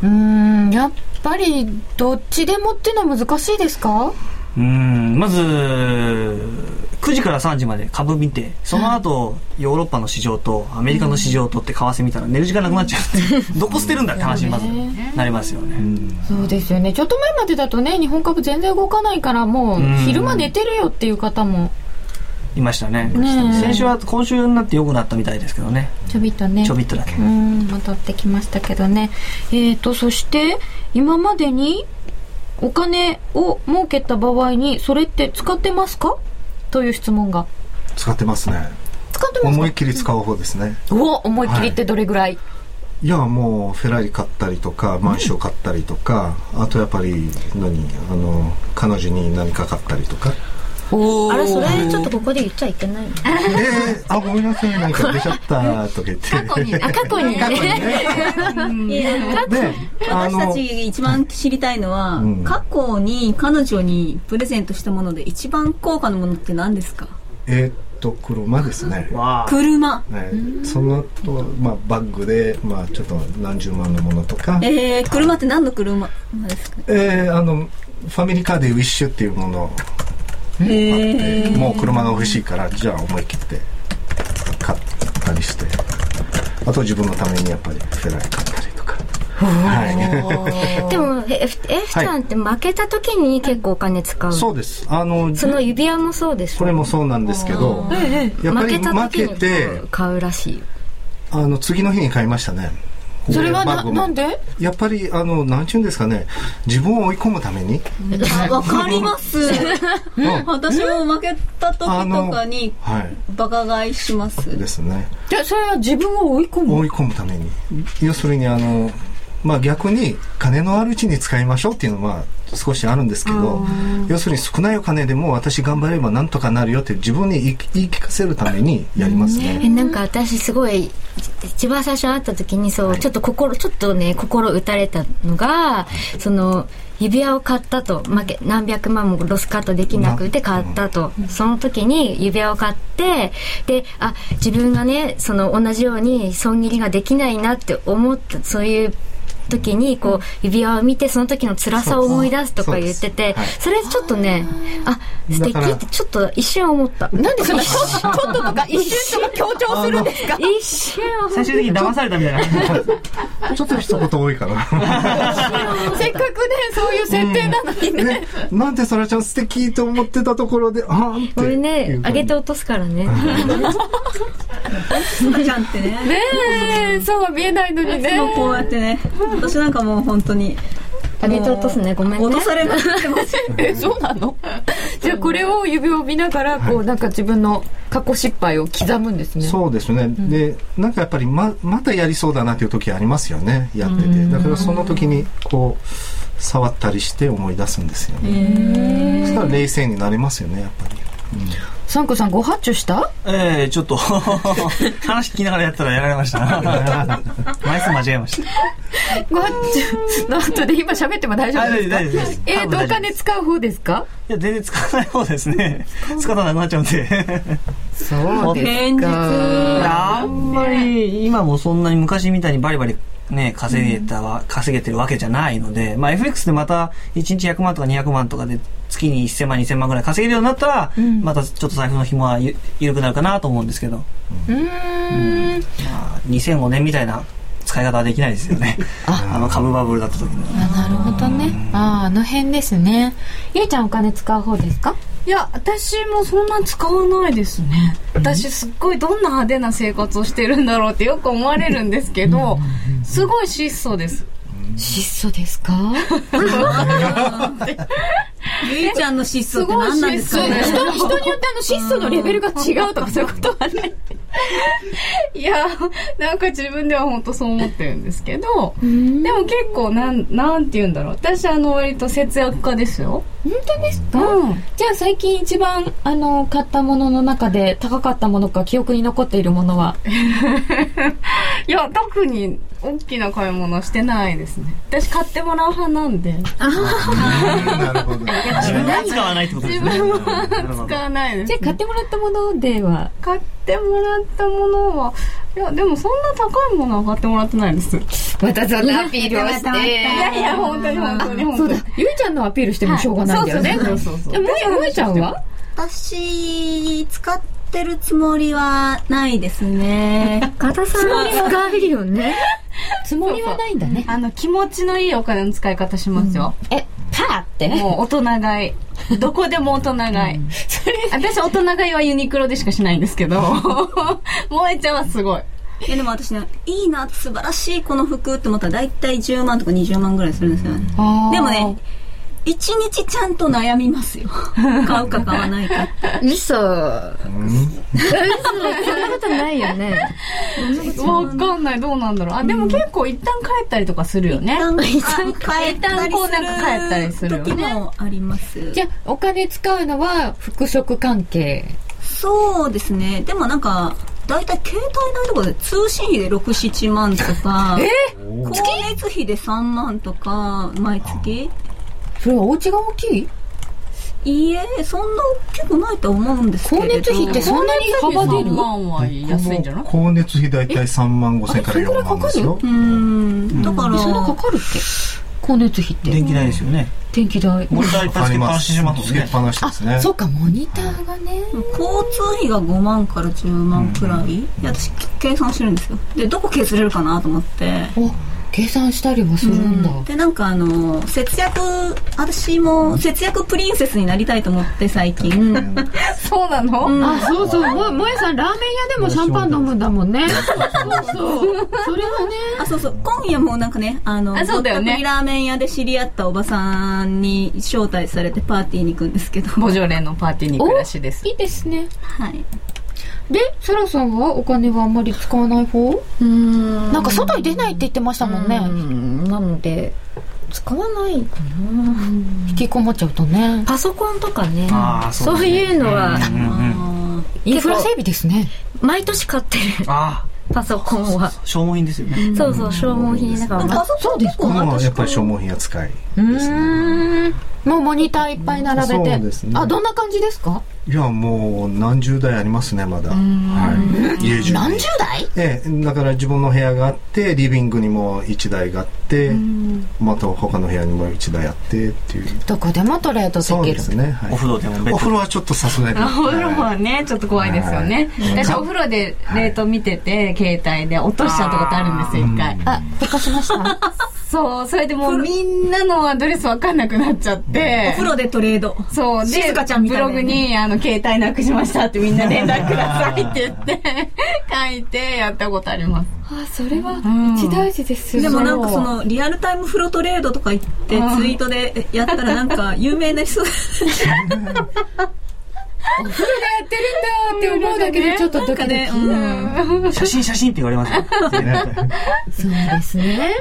S2: うーんやっぱりどっちでもってのは難しいですか
S7: うん、まず、9時から3時まで株見て、その後、ヨーロッパの市場とアメリカの市場を取って為替見たら寝る時間なくなっちゃう ってどこ捨てるんだって話にまずなりますよね。
S2: そうですよねちょっと前までだとね日本株全然動かないからもう
S7: うん
S2: 昼間寝てるよっていう方も
S7: いましたね。
S2: ねえ
S7: 先週は、今週になって良くなったみたいですけどね。
S2: ちょびっとね
S7: ちょびっとだけ
S2: う。ん戻ってきましたけどねえー、とそして今までにお金を儲けた場合にそれって使ってますかという質問が
S1: 使ってますね
S2: 使ってます
S1: 思
S2: か
S1: いっきり使う方ですね
S2: お思いっきりってどれぐらい、
S1: いやもうフェラーリ買ったりとかマンション買ったりとか、あとやっぱり何あの彼女に何か買ったりと か
S4: あれそれちょっとここで言っちゃいけないの
S1: えー、あごめんなさいなんか出ちゃったとか言って過去に
S4: あ過去に
S1: 過去に
S4: ね
S1: ね
S3: いや
S1: であ
S3: 私た
S1: の
S3: ち一番知りたいのは、
S1: うん
S3: 過去に彼女にプレゼントしたもので一番高価なものって何ですか
S1: えーっと車ですね
S7: わあ。
S3: 車
S1: ね、その後、まあバッグで、まあ、ちょっと何十万のものとか、え
S3: えー、車って何の車ですか
S1: ーあのファミリーカーでウィッシュっていうものがあって
S3: へ
S1: もう車が欲しいからじゃあ思い切って買ったりしてあと自分のためにやっぱりフェラーリ買ったりとか、は
S4: でもえ F, F ちゃんって負けた時に結構お金使う、
S1: い、そうですあの
S4: その指輪もそうでしょ
S1: これもそうなんですけどやっぱ
S4: 負
S1: り
S4: けた
S1: 負
S4: 時
S1: け
S4: に
S1: て
S4: 買うらしいよ
S1: あの次の日に買いましたね
S2: それはな
S1: バッグも
S2: なんで
S1: やっぱりあの何ちゅうんですかね自分を追い込むために
S3: あわかります
S1: うん
S3: 私も負けた時とかに
S1: はい
S3: バカ買いします
S1: ですね
S2: でそれは自分を追い込む
S1: 追い込むために要するにあのまあ逆に金のあるうちに使いましょうっていうのは少しあるんですけど要するに少ないお金でも私頑張ればなんとかなるよって自分に言い言い聞かせるためにやります
S4: え
S1: ね
S4: なんか私すごい一番最初会った時にそう、ちょっと心ちょっとね心打たれたのがその指輪を買ったと負け何百万もロスカットできなくて買ったと、その時に指輪を買ってであ自分がねその同じように損切りができないなって思ったそういう時にこう指輪を見てその時の辛さを思い出すとか言っててそれちょっとねあ素敵ってちょっと一瞬思った
S2: なんでそのちょっとちょっととか一瞬とか強調するんですか
S4: 一瞬思った
S7: 最終的に騙されたみたいな。
S1: ちょっと一言多いかな
S2: せっかくねそういう設定なのにね、
S1: ねなんてそらちゃん素敵と思ってたところであーって
S4: これね、上げて落とすからね。
S3: 赤ちゃんってね
S2: ねえそうは見えないのに
S3: いつ
S2: ね
S3: もこうやってね私なんかもう本当に
S4: 上げて落とすね、ごめんね。
S3: 脅されまくってます
S2: えそうなの じゃあこれを指を見ながらこうなんか自分の過去失敗を刻むんですね
S1: そうですね、でなんかやっぱりままたやりそうだなっていう時ありますよねやっててだからその時にこう触 ったりして思い出すんですよねそしたら冷静になれますよねやっぱり
S2: サンコさんご発注した
S7: ええちょっと 話聞きながらやったらやられました 枚数間違えました
S2: ご発 注の後で今喋っても大丈夫ですか
S7: あ大丈夫です
S2: え
S7: 多
S2: ー
S7: 分
S2: と、お
S7: 大丈夫
S2: 金使う方ですか
S7: いや全然使わない方ですね使わなくなっちゃうんで
S2: そうです
S3: 現
S2: か。
S3: 実
S7: あんまり今もそんなに昔みたいにバリバリね、稼げたわ、稼げてるわけじゃないので、まあ FX でまた1日100万とか200万とかで月に1000万2000万ぐらい稼げるようになったら、またちょっと財布の紐はゆ緩くなるかなと思うんですけど、ま
S2: うーん。
S7: あ、2005年みたいな使い方はできないですよね。あの株バブルだった時の。
S2: あなるほどね。ああ、あの辺ですね。ゆいちゃんお金使う方ですか
S5: いや、私もそんな使わないですね。私すっごいどんな派手な生活をしてるんだろうってよく思われるんですけど、すごい質素です。
S2: 質素ですか
S3: ゆいちゃんの失
S5: す
S3: 踪って
S5: ごい
S3: 何なんで
S5: 質
S3: す
S5: 素
S3: か
S5: で
S3: ね
S5: す。
S2: 人に人によってあの質素のレベルが違うとかそういうことはね。
S5: いや、なんか自分では本当そう思ってるんですけど、でも結構なん、なんて言うんだろう。私あの割と節約家ですよ。
S2: 本当ですか、
S5: うん。
S2: じゃあ最近一番あの買ったものの中で高かったものか記憶に残っているものはい
S5: や、特に大きな買い物してないですね。私買ってもらう派なんで、
S1: なるほ ど。
S7: 自分は使わないってことですね。なるほ
S5: 使
S7: ど
S5: わないです、
S2: じゃ
S5: ね
S2: あ。買ってもらったものでは
S5: 買ってもらったものは、いや、でもそんな高いものは買ってもらってないです。い
S2: またそんなアピールをして
S5: やいや、本当に本当に本
S2: そう
S5: 当
S2: だ
S5: に。
S2: ゆいちゃんのアピールしてもしょうがないんだよね
S5: そうそうそうそう
S2: えもえもえちゃんは
S3: 私、使ってるつもりはないです ね。
S6: 片さん使えるよね。
S2: つもりはないんだね
S5: あの、気持ちのいいお金の使い方しますよ。
S2: えパーって
S5: もう大人買い。どこでも大人買い。私大人買いはユニクロでしかしないんです けど、萌えちゃんはすごい。
S3: いやでも私ね、いいな、素晴らしいこの服って思ったら大体10万とか20万ぐらいするんですよね。でもね、一日ちゃんと悩みま すよ。買うか買わないか。
S6: 嘘。嘘、そんなことないよね。
S5: わかんない、どうなんだろう。あ、でも結構一旦帰ったりとかするよね。
S3: 一旦帰ったり
S5: こうなんか帰ったりす
S3: す
S5: る
S3: る
S5: よね
S3: 時もあります。
S2: じゃあお金使うのは服飾関係
S3: そうですね。でもなんか、大体携帯代とかで通信費で6、7万とか、光熱費で3万とか、毎月。
S2: それはお家が大きい
S3: いいえ、そんな大きくないと思うんですけれ
S2: 光
S3: ど。
S2: 熱費ってそんなに幅出る
S5: 3万は安いんじゃない
S1: 光熱費大体3万5千から4万ですよ。
S3: うーん。だから、
S2: そんなかかるっけ光熱費って
S7: 電気代ですよね。
S2: 電気代
S7: モニターいっぱいつけっぱなしにしま
S1: と
S7: す
S1: つ
S7: もん
S1: けっ
S7: ね。
S1: ぱなしですね。
S2: そうかモニターがね
S3: 交通費が5万から10万くらい、いや私計算してるんですよでどこ削れるかなと思って
S2: お計算したりはするんだ、
S3: でなんかあの節約私も節約プリンセスになりたいと思って最近、
S5: そうなの、
S2: あそうそうももえさんラーメン屋でもシャンパン飲むんだもんねそうそうそれはね
S3: あそうそう今夜もなんかねあの
S5: あそうだよね
S3: ぼったくりラーメン屋で知り合ったおばさんに招待されてパーティーに行くんですけど
S5: ボジョレーのパーティーに行くらしいです。
S2: いいですね
S3: はい
S2: でサラさんはお金はあんまり使わない方
S4: うん。
S2: なんか外に出ないって言ってましたもんね、
S4: うんなので、使わないかな。
S2: 引きこもっちゃうとね
S4: パソコンとかね、
S7: ああ、
S4: そう
S7: ですね
S4: いうのは、
S7: うんうんうん
S2: インフラ整備ですね
S4: 毎年買ってる、
S7: あ
S4: パソコンは。
S7: あ、消耗品ですよね。
S4: そうそう、消耗品だから。
S3: パソコン結構
S1: まあ
S3: 私
S1: やっぱり消耗品扱い。
S2: うーんもうモニターいっぱい並べて、
S1: そうですね
S2: あどんな感じですか
S1: いやもう何十台ありますねまだ。はい。家中に。
S2: 何十代
S1: ええ、だから自分の部屋があってリビングにも1台があってまた他の部屋にも1台あってっていう
S2: どこでもトレード
S1: そう
S2: でき
S1: で
S2: る
S1: すね、はい、
S7: お風呂でも別に
S1: お風呂はちょっとさすがに
S5: あお風呂はね、ちょっと怖いですよね。
S1: はい
S5: 私お風呂で冷凍見てて、携帯で落としちゃったことあるんですよ、一回。
S2: あどかしました
S5: そう、それでもうみんなのアドレスわかんなくなっちゃって。
S3: お風呂でトレード
S5: そう、で、
S3: 静香ちゃんみたいなね
S5: ブログに、あの、携帯なくしましたってみんな連絡くださいって 言って、書いてやったことあります。
S6: あ、それは
S5: ん
S6: 一大事ですよ。
S3: でもなんかそのリアルタイム風呂トレードとか言ってツイートでやったらなん か有名な人
S2: やってるんだって思うだけでちょっとドキドキ、
S7: 写真写真って言わ れますよ。
S2: そうですね。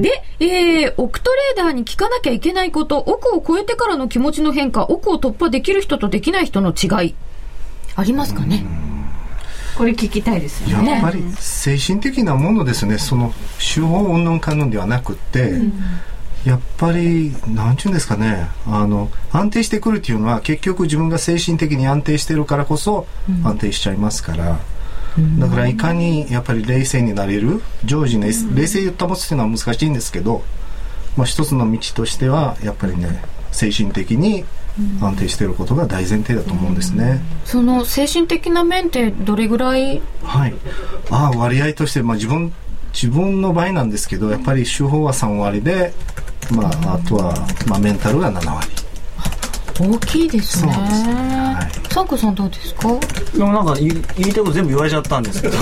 S2: で、えー、オクトレーダーに聞かなきゃいけないこと、億を超えてからの気持ちの変化、億を突破できる人とできない人の違い。ありますかね、
S5: これ聞きたいですよ
S1: や
S5: ね。
S1: っぱり精神的なものですねその手法云々かんぬんではなくって、やっぱり何て言うんですかねあの安定してくるっていうのは結局自分が精神的に安定してるからこそ安定しちゃいますから、だからいかにやっぱり冷静になれる常時ね、冷静を保つっていうのは難しいんですけど、まあ、一つの道としてはやっぱりね精神的に安定してることが大前提だと思うんですね。
S2: その精神的な面ってどれぐらい
S1: はい、ああ割合として、まあ、自分自分の場合なんですけどやっぱり手法は3割で、まあ、あとは、まあ、メンタルが7割
S2: 大きいです
S1: そう
S2: ね
S1: ですね、はい、
S2: サンクさんどうですか
S7: でもなんか言い言いたいこと全部言われちゃったんですけ ど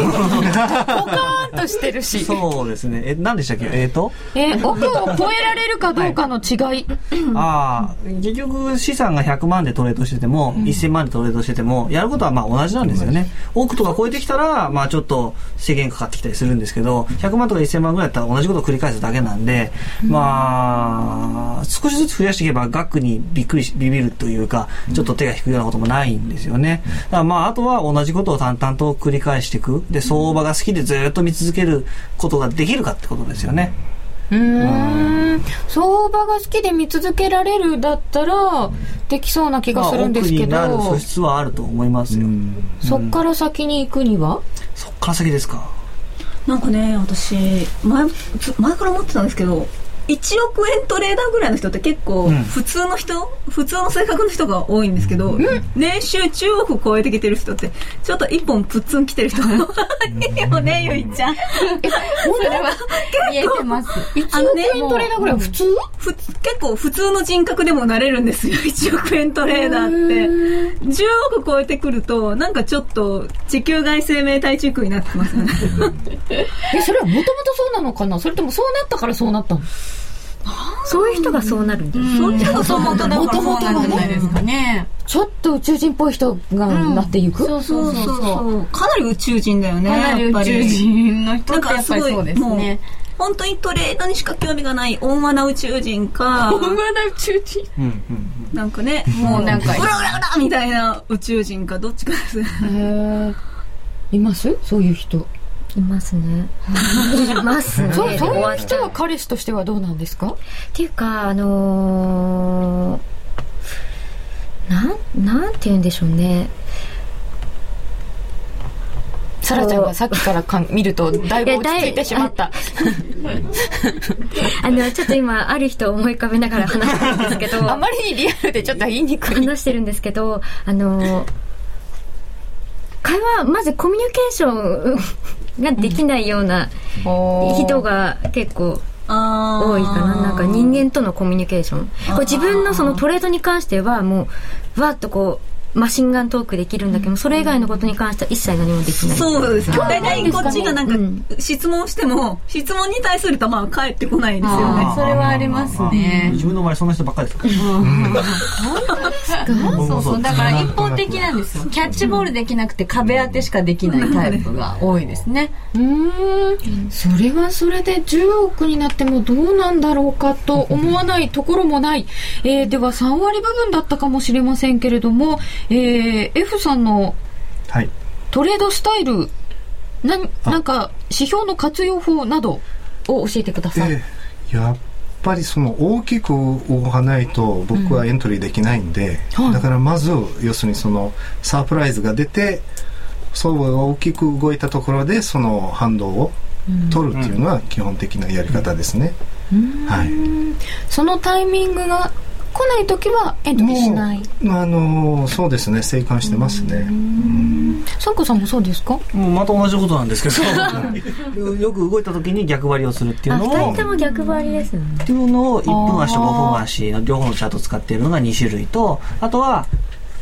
S2: パンとしてるし
S7: そうですねえ何でしたっけえっ、と
S2: え奥を超えられるかどうかの違い、
S7: ああ結局資産が100万でトレードしてても、1000万でトレードしててもやることはまあ同じなんですよね億とか超えてきたらまあちょっと制限かかってきたりするんですけど100万とか1000万ぐらいだったら同じことを繰り返すだけなんで、まあ少しずつ増やしていけば額にびっくりしビビるというかちょっと手が引くようなこともないんですよねだからまああとは同じことを淡々と繰り返していくで相場が好きでずっと見続けることができるかってことですよね、
S2: うーん相場が好きで見続けられるだったらできそうな気
S7: ま
S2: が
S7: あ
S2: するんです
S7: 奥
S2: けど、
S7: になる素質はあると思いますよ、
S2: そっから先に行くには、
S7: そっから先ですか
S3: なんかね私前ず前から思ってたんですけど1億円トレーダーぐらいの人って結構
S7: うん
S3: 普通の人、普通の性格の人が多いんですけど、年収10億超えてきてる人ってちょっと一本プッツン来てる人が多いよねゆいちゃん
S5: それは見えてます。
S3: あのね
S2: トレーダーぐらい普通、
S3: ふつ結構普通の人格でもなれるんですよ 1億円トレーダーって10億超えてくるとなんかちょっと地球外生命体地区になってますよね
S2: えそれはもともとそうなのかなそれともそうなったからそうなったの
S4: そういう人がそうなるんです。
S3: そういう人がそう思った
S5: もともとはないですかね。
S2: ちょっと宇宙人っぽい人がなっていく、
S5: そうそうそうそう。
S3: うかなり宇宙人だよね
S5: かなり宇宙人の人
S3: な
S5: っ
S3: ん
S5: てや
S3: か
S5: っ
S3: す
S5: ぱり
S3: ごい
S5: そうです
S3: もう
S5: ね。
S3: 本当にトレードにしか興味がない温和な宇宙人 か
S5: 宇宙人。
S7: うんうん
S3: なんかね
S5: もうなんか
S3: オラオラオラみたいな宇宙人かどっち かです
S2: へーいますそういう人、
S4: いますね。いますね。
S2: そうそ
S4: お
S2: ういう
S4: 会いした
S2: 人
S4: ら
S2: は彼氏としてはどうなんですか
S4: っていうかあのー、なんなんて言うんでしょうね
S2: サラちゃんがさっきからかん見るとだいぶ落ち着いてしまった
S4: あのちょっと今ある人を思い浮かべながら話してるんですけど
S2: あまりにリアルでちょっと言いにくい
S4: 話してるんですけどあのー会話まずコミュニケーションができないような人が結構
S3: あ
S4: 多いかななんか人間とのコミュニケーションこう自分のそのトレードに関してはもうわーっとこうマシンガントークできるんだけどそれ以外のことに関しては一切何もできない
S3: そうですね大体こっちがな
S4: うんん
S3: か質問しても質問に対するとまあ返ってこないですよね
S5: あーそれはありますね
S7: 自分の周りそんな人ばっかりですか
S5: そうそう
S7: そうそう
S5: だから一方的なんですよ。キャッチボールできなくて壁当てしかできないタイプが多いですね。
S2: うーんそれはそれで10億になってもどうなんだろうかと思わないところもない、えーでは3割部分だったかもしれませんけれども、えー F さんの
S1: はい
S2: トレードスタイルなんなんか指標の活用法などを教えてください、
S1: でやっぱりその大きく動かないと僕はエントリーできないんで、
S2: はい
S1: だからまず要するにそのサプライズが出て相場が大きく動いたところでその反動を取るっていうのは基本的なやり方ですね、はい
S2: そのタイミングが来ない時はエントリーしない
S1: もうあのーそうですね静観してますね、
S2: サンコさんもそうですから
S7: もうまた同じことなんですけど よく動いた時に逆張りをするっていう
S4: あ
S7: の
S4: 二
S7: を
S4: 人とも逆張りですよね
S7: っていうのを1分足と5分足の両方のチャートを使っているのが2種類とあとは、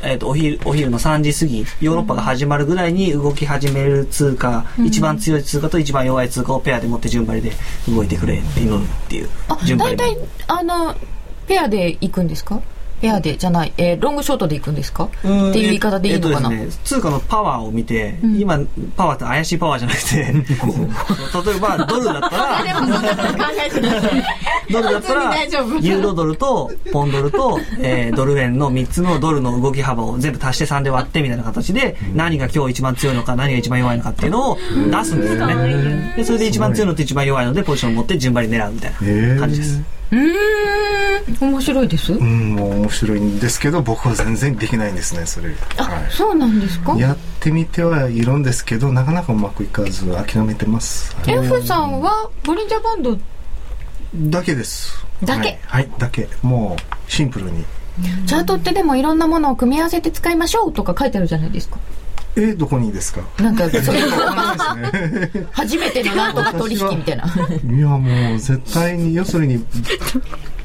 S7: えー、とお昼お昼の3時過ぎヨーロッパが始まるぐらいに動き始める通貨、一番強い通貨と一番弱い通貨をペアで持って順張りで動いてくれって祈るっていう
S2: あ
S7: 順張
S2: 大
S7: りで
S2: 体あのペアで行くんですかエアでじゃない、えーロングショートで行くんですかっていう言い方でいいのかな、
S7: えっとですね、通貨のパワーを見て、今、パワーって怪しいパワーじゃなくて、こう例えばドルだったら、ドルだったら、ユーロドルとポンドルと、えードル円の3つのドルの動き幅を全部足して3で割ってみたいな形で、何が今日一番強いのか、何が一番弱いのかっていうのを出すんですよね。でそれで一番強いのと一番弱いので、ポジションを持って順番に狙うみたいな感じです。
S2: うーん面白いです、
S1: うん、もう面白いんですけど僕は全然できないんですねそれ、は
S2: そうなんですか
S1: い、やってみてはいるんですけどなかなかうまくいかず諦めてます、はい
S2: F さんはボリンジャーバンド
S1: だけです
S2: だけ
S1: はい、はいだけもうシンプルに
S2: チャートってでもいろんなものを組み合わせて使いましょうとか書いてあるじゃないですか
S1: えどこにですか
S2: なんかそういう
S1: わかんないですね
S2: 初めてのなんとか取引みたいな
S1: いやもう絶対に要するに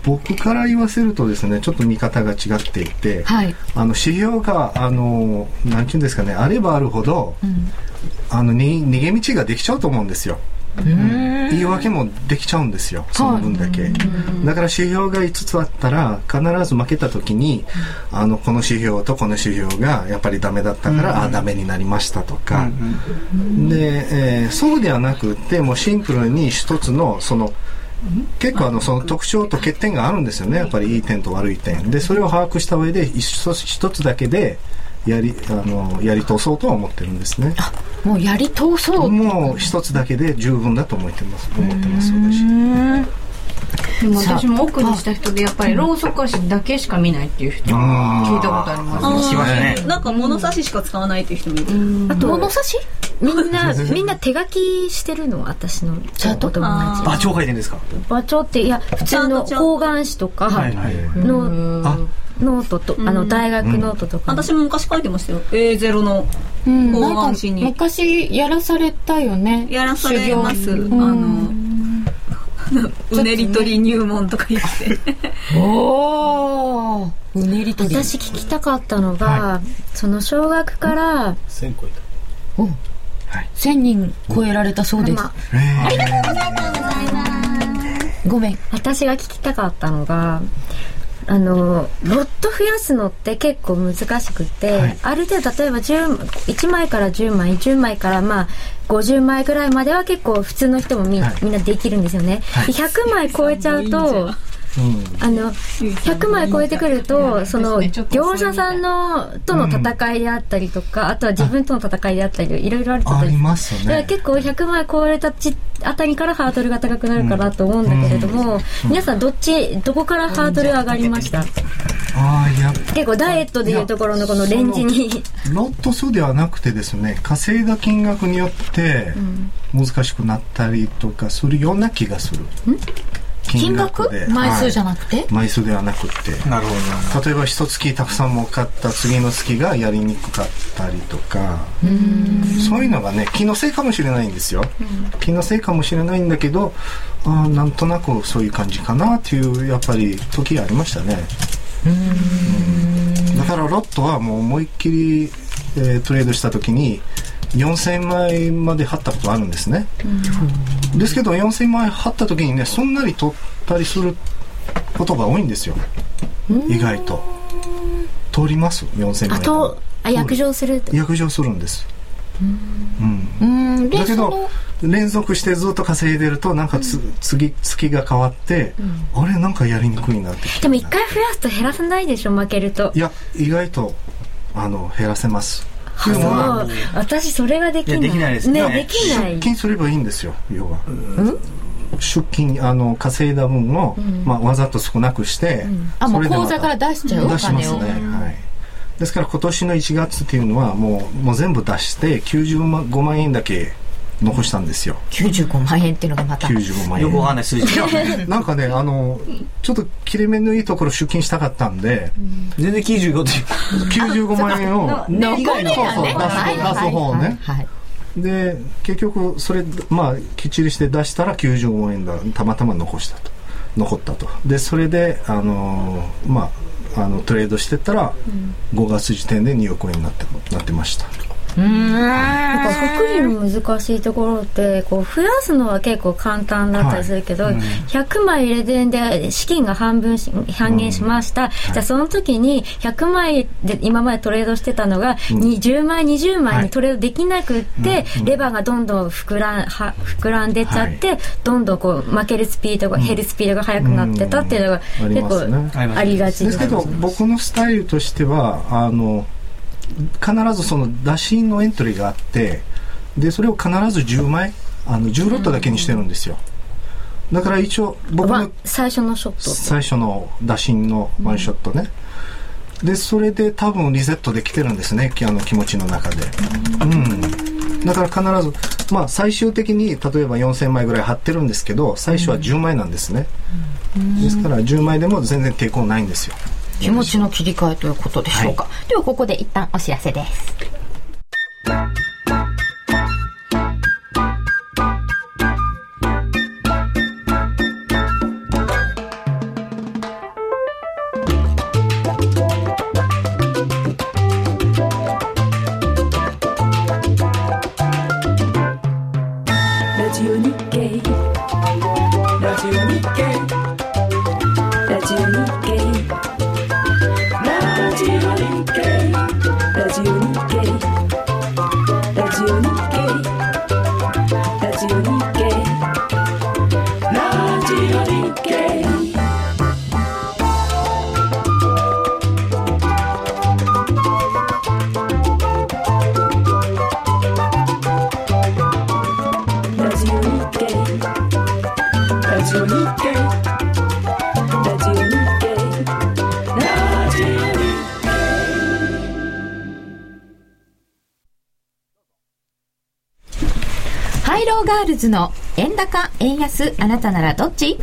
S1: 僕から言わせるとですねちょっと見方が違っていて、
S2: はい
S1: あの指標があのなんていうんですかねあればあるほど、あのに逃げ道ができちゃうと思うんですよ。言い訳もできちゃうんですよその分だけ、だから指標が5つあったら必ず負けた時にあのこの指標とこの指標がやっぱりダメだったから、ああダメになりましたとか、で、えーそうではなくってもうシンプルに一つのその結構あのその特徴と欠点があるんですよねやっぱりいい点と悪い点でそれを把握した上で一つ一つだけでやりあのやり通そうとは思ってるんですね
S2: もうやり通そう
S1: もう一つだけで十分だと思ってます思ってます私
S5: でも私も奥にした人でやっぱりロウソク足だけしか見ないっていう人も聞いたことあります
S7: 聞きましたね。
S3: なんか物差ししか使わないっていう人もいる。
S4: あと物差しみ んなみんな手書きしてるの私のチャートと同じ
S7: あ、超回転ですか
S4: 場所っていや普通の方眼紙とか
S7: はい。
S4: の
S7: あ、
S4: ノートとあの大学ノートとか
S3: 私も昔書いてましたよ。A0 の
S2: な
S3: 方
S2: ん
S3: 眼
S2: か
S3: 紙に。
S2: 昔やらされたよね
S3: やらされます。あ
S2: 修行
S3: の、 うねり取り入門とか言って。
S2: おおうねりとり
S4: 私聞きたかったのが、その小学から、
S11: 1000個いた
S2: 1000人超えられたそうです
S4: まあ
S2: ごめん
S4: 私が聞きたかったのがあのロット増やすのって結構難しくて、ある程度例えば10 1枚から10枚10枚からまあ50枚ぐらいまでは結構普通の人もみ,、みんなできるんですよね、で100枚超えちゃうとあの100枚超えてくるとその業者さんのとの戦いであったりとか、あとは自分との戦いであったりいろいろあると思
S1: あ
S4: うんです
S1: ります
S4: だか
S1: よ
S4: ら
S1: ね
S4: 結構100枚超えたちあたりからハードルが高くなるかなと思うんだけれども、皆さんどっちどこからハードル上がりました
S1: ああやっ
S4: 結構ダイエットでいうところのこのレンジに
S1: ロット数ではなくてですね稼いだ金額によって難しくなったりとかするような気がする、
S2: 金額枚数じゃ
S1: な
S2: なくて、
S1: い枚数ではなくって
S7: なるほどな。
S1: 例えば一月たくさん儲かった次の月がやりにくかったりとかそういうのがね気のせいかもしれないんですよ、気のせいかもしれないんだけどああなんとなくそういう感じかなっていうやっぱり時がありましたねだからロットはもう思いっきり、えートレードした時に4000枚まで張ったことあるんですね、ですけど4000枚張った時にねそんなに取ったりすることが多いんですよ意外と通ります4000
S4: あ
S1: 枚
S4: とあ約定すると
S1: 約定するんですうん
S2: うんで
S1: だけ
S2: そ
S1: ど
S2: の
S1: 連続してずっと稼いでるとなんかつ、次月が変わって、あれなんかやりにくいなって
S4: でも1回増やすと減らさないでしょ負けると
S1: いや意外とあの減らせます
S4: あそう私それができない
S7: いやできないですね
S4: できない
S1: 出勤すればいいんですよ要は、出勤あの稼いだ分を、まあ、わざと少なくして、
S2: あも
S1: そうれでま
S2: 口
S1: た
S2: 座から出しちゃうお
S1: 出しま
S2: 金
S1: す
S2: を、
S1: ね、はい、ですから今年の1月っていうのはもうもう全部出して95万5万円だけ残したんですよ
S2: 95万円っていうのがまた
S1: 95万
S7: よくわか
S1: 円
S7: んない 数字。
S1: なんかねあのちょっと切れ目のいいところ出勤したかったんで、
S7: 全然95っていう。
S1: 95万円を
S4: あ
S2: 残りがね
S1: そうそう出す
S2: はいはい
S1: 出す方ね
S2: はい
S1: で結局それまあきっちりして出したら95円だたまたま残したと残ったとでそれであのーまああのトレードしてったら5月時点で2億円になってなってました
S4: なんか測りの難しいところってこう増やすのは結構簡単だったりするけど、100枚入れてんで資金が半分し半減しました、じゃあその時に100枚で今までトレードしてたのが20枚20枚にトレードできなくって、レバーがどんどん膨らんは膨らんでっちゃって、どんどんこう負けるスピードが、減るスピードが速くなってたっていうのが
S1: うん
S4: 結
S1: ありますね
S7: あり
S4: 構
S7: ます
S4: ありがち
S1: ですけど僕のスタイルとしてはあの必ずその打診のエントリーがあってでそれを必ず10枚あの10ロットだけにしてるんですよ、だから一応僕
S4: わ
S1: の
S4: 最初のショット
S1: 最初の打診のワンショットね、でそれで多分リセットできてるんですねきあの気持ちの中でうんだから必ず、まあ、最終的に例えば4000枚ぐらい貼ってるんですけど最初は10枚なんですね、ですから10枚でも全然抵抗ないんですよ
S2: 気持ちの切り替えということでしょうか、ではここで一旦お知らせです
S11: ラジオ日経
S3: eh?
S11: ラジオ日経ラジオ日経
S3: eh?
S11: ラジオ日経
S3: eh?
S11: ラジオ日経ラジオ日経
S3: eh?
S11: ラジオ日経
S3: eh?
S11: ラジオ日経ラジオ日経ラジオ日経ラジオ日経ラジオ日経
S2: ハイローガールズの円高円安あなたならどっち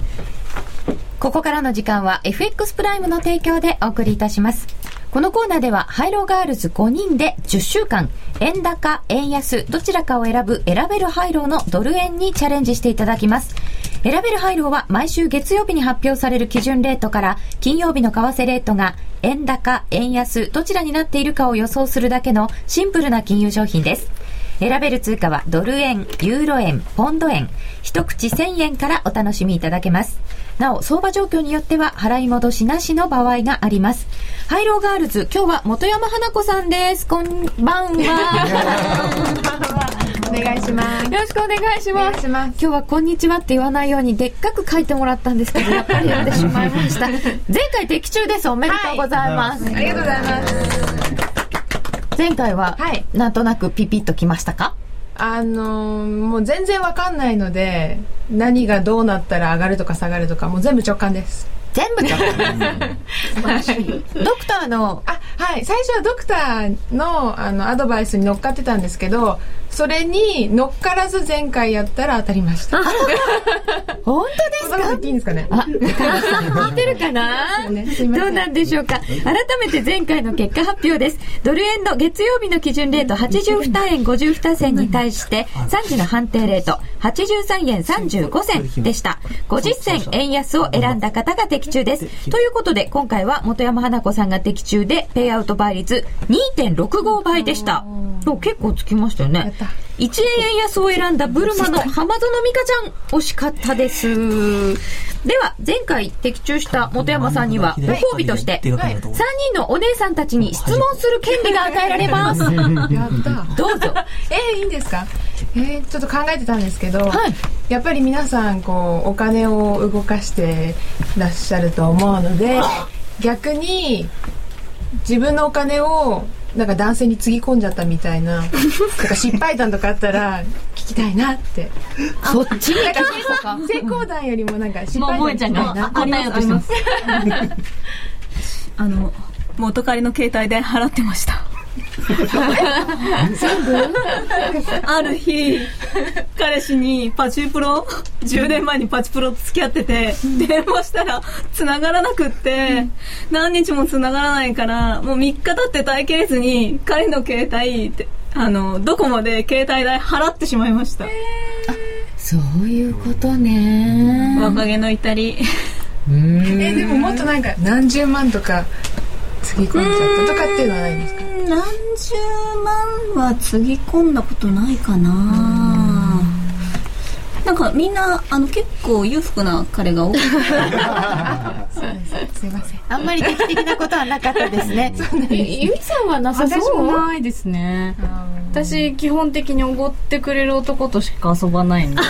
S2: ここからの時間は FX プライムの提供でお送りいたしますこのコーナーではハイローガールズ5人で10週間円高円安どちらかを選ぶ選べるハイローのドル円にチャレンジしていただきます選べる配慮は毎週月曜日に発表される基準レートから金曜日の為替レートが円高、円安、どちらになっているかを予想するだけのシンプルな金融商品です。選べる通貨はドル円、ユーロ円、ポンド円、一口1000円からお楽しみいただけます。なお、相場状況によっては払い戻しなしの場合があります。ハイローガールズ、今日は元山花子さんです。こんばんは。
S12: お願いします。
S2: よろしくお願いし
S12: お願
S2: ま
S12: い
S2: す
S12: し。ます。
S2: 今日は「こんにちは」って言わないようにでっかく書いてもらった んですけどやっぱりやってしまいました前回的中ですおめでとうございます、
S12: ありがとうございます。
S2: 前回は、
S12: はい
S2: なんとなくピピッときましたか
S12: あのーもう全然わかんないので、何がどうなったら上がるとか下がるとか、もう全部直感です。
S2: 全部ちょっ とドクターの
S12: あ、はい。最初はドクターのあのアドバイスに乗っかってたんですけど、それに乗っからず前回やったら当たりました。
S2: 本当です
S12: そのこと言っていいんですかね
S2: あ、聞いてるかな
S12: そうですよねすいません
S2: どうなんでしょうか改めて前回の結果発表です。ドル円の月曜日の基準レート82円52銭に対して、3時の判定レート83円35銭でした。50銭円安を選んだ方が的中です。ということで、今回は元山花子さんが的中で、ペイアウト倍率2.65倍でした。お結構つきましたよ
S12: や
S2: ね
S12: った。
S2: 1円円安を選んだブルマの浜園美香ちゃん惜しかったですでは前回的中した本山さんにはご褒美として3
S12: はい
S2: 人のお姉さんたちに質問する権利が与えられます
S12: やった。
S2: どうぞ
S12: えー、いいんですかえー、ちょっと考えてたんですけど、
S2: はい
S12: やっぱり皆さんこうお金を動かしてらっしゃると思うの で逆に自分のお金をなんか男性につぎ込んじゃったみたい ななんか失敗談とかあったら聞きたいなって
S2: そっちに
S12: なんか 成功談よりもなんか失敗談聞きたいな
S3: ありますあります。 あの、元彼の携帯で払ってました。ある日、彼氏にパチプロ、10年前にパチプロと付き合ってて、電話したら繋がらなくって、何日も繋がらないから、もう3日経って耐えきれずに、彼の携帯って、あの、ドコモで携帯代払ってしまいました。
S2: そういうことね
S3: 若気の至り。
S12: えーでももっとなんか何十万とかつぎ込んじゃったとかっていうのはないんですか
S3: 何万はつぎ込んだことないかななんかみんなあの結構裕福な彼が多い
S2: すいませんあんまり定期的なことはなかったですね
S5: ゆみさんはなさそう私もないですね私基本的におごってくれる男としか遊ばないんで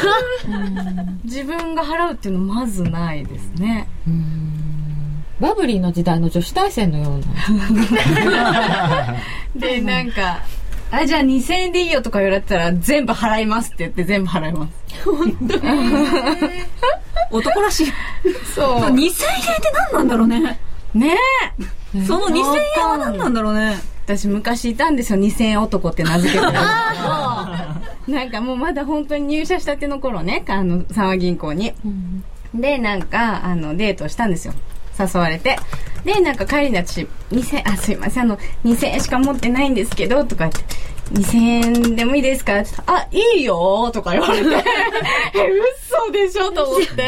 S5: 自分が払うっていうのまずないですね
S2: バブリーの時代の女子大生のような
S5: でなんかあじゃあ2000円でいいよとか言われたら全部払いますって言って全部払います
S3: 男らしい
S5: そう
S3: 2000円って何なんだろうね
S5: ねえ
S3: その2000円は何なんだろうね
S5: 私昔いたんですよ2000円男って名 付けてるなんかもうまだ本当に入社したての頃ねあの三和銀行に、でなんかあのデートしたんですよ誘われてでなんか帰りに私2000あすいませんあの2000円しか持ってないんですけどとか言って2000円でもいいですかって言ったらあ、いいよとか言わ れて、え、嘘でしょと思って、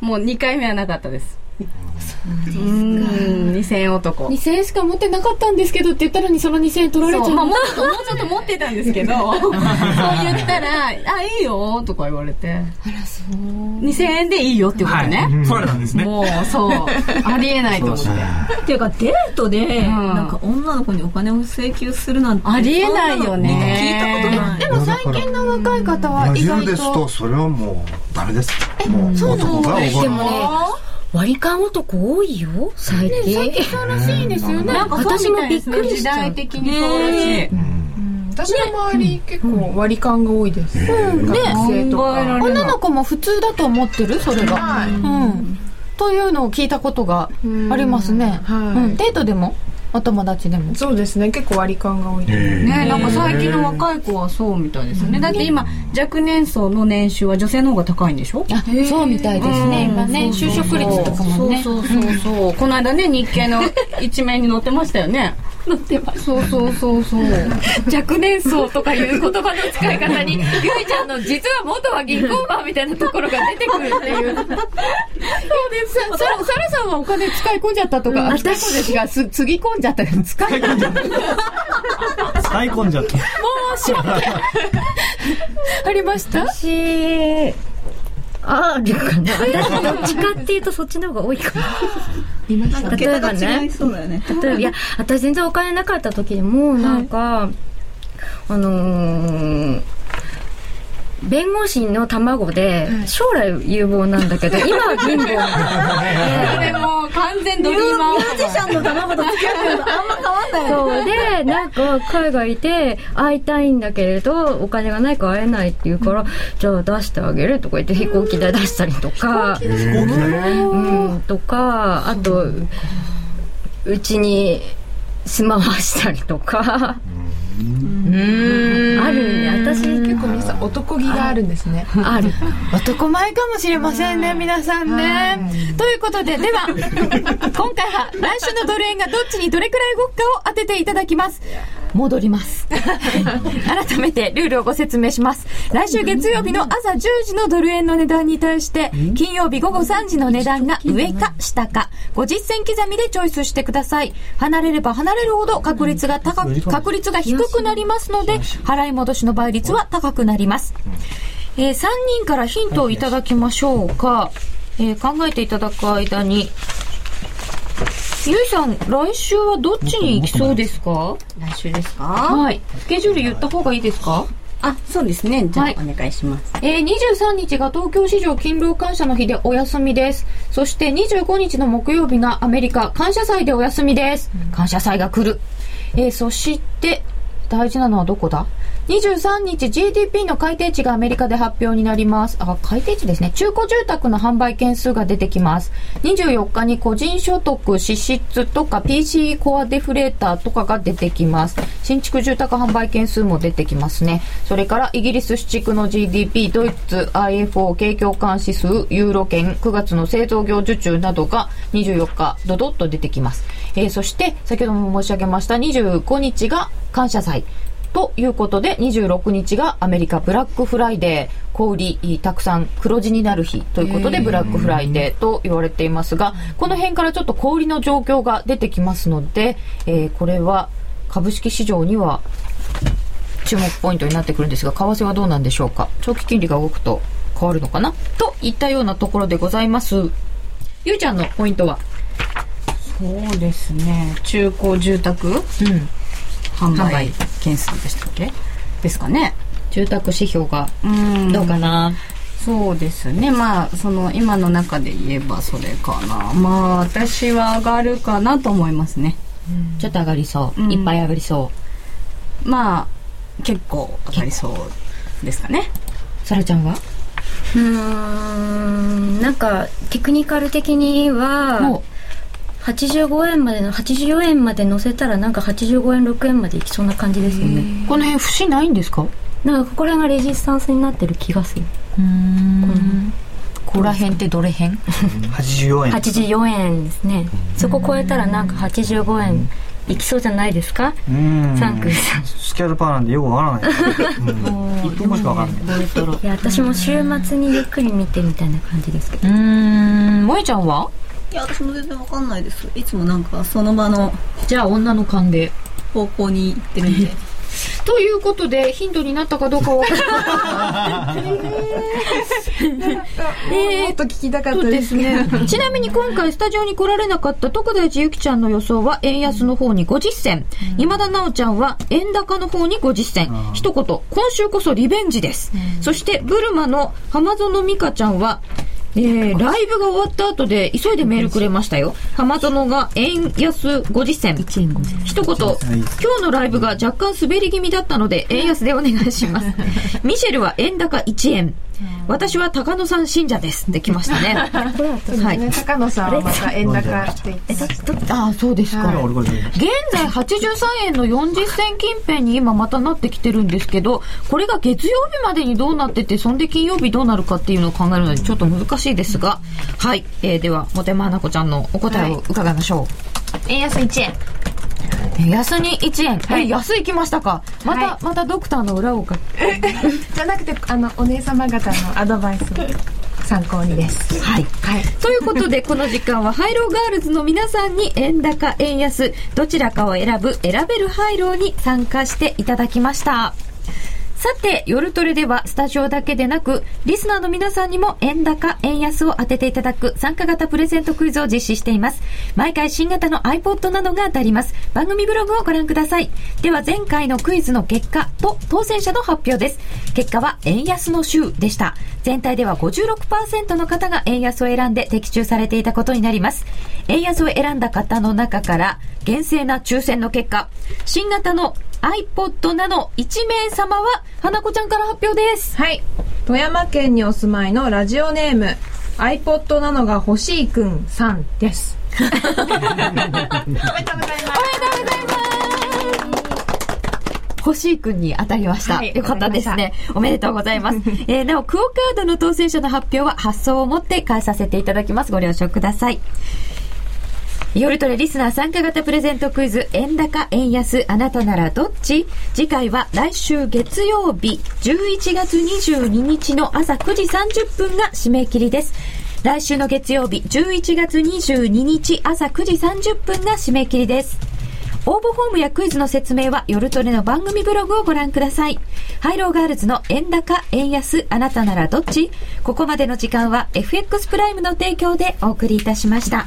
S5: もう2回目はなかったです。そうですか。2000円男。
S2: 2000円しか持ってなかったんですけどって言ったのにその2000円取られちゃ
S5: そうう、まあ、もう ちょっと、もうちょっと持ってたんですけど、そう言った ら、あ、いいよとか言われて、
S2: あらそう
S5: 2000円でいいよっていうことね。
S13: 取られたんですね。
S5: もう、そう、ありえないと思って。
S3: っていうかデートでなんか女の子にお金を請求するなんて
S5: ありえないよね
S3: そんなの聞いたことない
S2: でも最近の若い方は
S1: ラ
S2: 意
S1: ジオ
S2: 外
S1: ですと
S2: と
S1: それはもうダメですもう男がおご
S6: で
S1: る
S6: もね割り勘男多いよ最
S2: ね最近
S6: 近
S2: そうらしいですよね
S6: なんか私もびっくりしちゃう
S5: 的にそうらしい。
S12: 私の周り、結構割り勘が多いです。うん、学生と
S5: 考えら
S12: か。
S2: 女
S5: れない
S2: の子も普通だと思ってるそれが
S12: はい
S2: うんというのを聞いたことが
S12: うん
S2: ありますね
S12: はい
S2: うんデートでもお友達でも
S12: そうですね、結構割り勘が多いです。
S5: ね、なんか最近の若い子はそうみたいですよね。だって今、若年層の年収は女性の方が高いんでしょ
S2: あそうみたいですね今ね就職率とかもね
S5: そうそうそうそう。 この間ね、日経の一面に載ってましたよね。載ってました。そうそうそ うそう。
S6: 若年層とかいう言葉の使い方に、ゆいちゃんの実は元は銀行マンみたいなところが出てくるっていう。
S2: さサラさんはお金使い込んじゃったとか、あ使い込んですが、す、つぎ込んじゃったよ。使い込んじゃった。
S13: 使い込んじゃった。
S2: ありました
S6: 私、ああ、逆かな。私どっちかっていうとそっちの方が多いかも。例えば
S3: 桁が違
S6: ね
S3: い、そうだよね
S6: 例えば、いや、私全然お金なかった時でも、なんか、あのー弁護士の卵で、将来有望なんだけど、今は貧乏なんで、
S5: もう完全ドリーマー。ミュージシャンの卵と付き合ってるのあんま変わんな
S6: そ
S5: い。
S6: うで、なんか海外いて会いたいんだけれど、お金がないから会えないって言うから、じゃあ出してあげるとか言って飛行機代出したりとか、うん、とか、あと、うちに住まわしたりとか、うん、あるね。私結
S12: 結構皆さん男気があるんですね。
S6: 構ある。
S2: 男前かもしれませんね、皆さんね。ということで、で は、今回は来週のドル円がどっちにどれくらい動くかを当てていただきます。戻り ます。改めてルールをご説明します。来週月曜日の朝10時のドル円の値段に対して、金曜日午後3時の値段が上か下か、50銭刻みでチョイスしてください。離れれば離れるほど確率が高く、確率が低くなりますので、払い戻しの倍率は高くなります。えー、3人からヒントをいただきましょうか。えー、考えていただく間に。ゆいさん、来週はどっちに行きそうですか
S5: 来週ですか
S2: はい。スケジュール言った方がいいですか
S5: あ、そうですね。じゃあ、
S2: はい
S5: お願いします。
S2: えー、23日が東京市場勤労感謝の日でお休みです。そして25日の木曜日がアメリカ感謝祭でお休みです。感謝祭が来る。えー、そして、大事なのはどこだ ?23 日 GDP の改定値がアメリカで発表になります。あ、改定値ですね。中古住宅の販売件数が出てきます。24日に個人所得、支出とか PCE コアデフレーターとかが出てきます。新築住宅販売件数も出てきますね。それからイギリス市地区の GDP、ドイツ IFO 景況感指数、ユーロ圏、9月の製造業受注などが24日、ドドッと出てきます。えーそして、先ほども申し上げました25日が感謝祭。ということで、26日がアメリカブラックフライデー、小売、たくさん黒字になる日ということで、ブラックフライデーと言われていますが、この辺からちょっと小売の状況が出てきますので、えーこれは株式市場には注目ポイントになってくるんですが、為替はどうなんでしょうか。長期金利が動くと変わるのかなといったようなところでございます。ゆうちゃんのポイントは
S5: そうですね中古住宅、販
S2: 販
S5: 売
S2: 売
S5: 件数でしたっけですかね
S2: 住宅指標が
S5: どうかなそうですねまあその今の中で言えばそれかなまあ私は上がるかなと思いますね
S2: ちょっと上がりそう、いっぱい上がりそう
S5: まあ結構上がりそうですかね
S2: さらちゃんは
S6: うーんなんかテクニカル的には85円までの84円まで乗せたらなんか85円6円までいきそうな感じですよね
S2: この辺節ないんですか
S6: なんかここら辺がレジスタンスになってる気がする
S2: ここら辺ってどれ辺
S7: 84円
S6: 84円ですねそこ超えたらなんか85円いきそうじゃないですか
S7: うん
S6: サンクーさん
S7: スキャルパーなんでよくわからない、うん、1分後しかわからない
S6: いや私も週末にゆっくり見てみたいな感じですけど
S2: うん萌ちゃんはい
S3: や、私も全然わかんないです。いつもなんか、その場の。
S2: じゃあ、女の勘で。
S3: 方向に行ってるんで。
S2: ということでヒントになったかどうかは分からない
S12: もっと聞きたかったです
S2: ねちなみに今回スタジオに来られなかった徳大寺ゆきちゃんの予想は円安の方に50銭、今田奈緒ちゃんは円高の方に50銭、一言今週こそリベンジです、そしてブルマの浜園美香ちゃんはえー、ライブが終わった後で急いでメールくれましたよ。浜園が円安50銭。一言、今日のライブが若干滑り気味だったので円安でお願いし ます。ミシェルは円高1円。私は高野さん信者です。できましたね。 はい。
S12: 高野さんはまた円高って言ってました
S2: ああ、そうですか。
S12: はい
S2: 現在83円の40銭近辺に今またなってきてるんですけど、これが月曜日までにどうなってて、そんで金曜日どうなるかっていうのを考えるのでちょっと難しいですが、はい。えー、では、モテマ花子ちゃんのお答えを伺いましょ
S9: 円安1円
S2: う。円安に1円。は
S12: はい
S2: い、安いきましたか。また、またドクターの裏をか
S12: じゃなくてあのお姉様方のアドバイスを参考にです
S2: はい、ということで、この時間は、ハイローガールズの皆さんに、円高、円安、どちらかを選ぶ、選べるハイローに参加していただきました。さて、夜トレでは、スタジオだけでなく、リスナーの皆さんにも、円高、円安を当てていただく、参加型プレゼントクイズを実施しています。毎回、新型の iPod などが当たります。番組ブログをご覧ください。では、前回のクイズの結果と、当選者の発表です。結果は、円安の週でした。全体では56%の方が円安を選んで的中されていたことになります。円安を選んだ方の中から、厳正な抽選の結果、新型の iPod など1名様は、花子ちゃんから発表です。
S12: はい。富山県にお住まいのラジオネーム iPod なのが欲しいくんさんです
S2: 星井くんに当たりました。
S12: はい
S2: よかったですね。おめでとうございます。えー、なお、クオカードの当選者の発表は発送をもって返させていただきます。ご了承ください。夜トレリスナー参加型プレゼントクイズ、円高、円安、あなたならどっち次回は来週月曜日、11月22日の朝9時30分が締め切りです。来週の月曜日、11月22日朝9時30分が締め切りです。応募フォームやクイズの説明は夜トレの番組ブログをご覧ください。ハイローガールズの円高、円安、あなたならどっちここまでの時間は FX プライムの提供でお送りいたしました。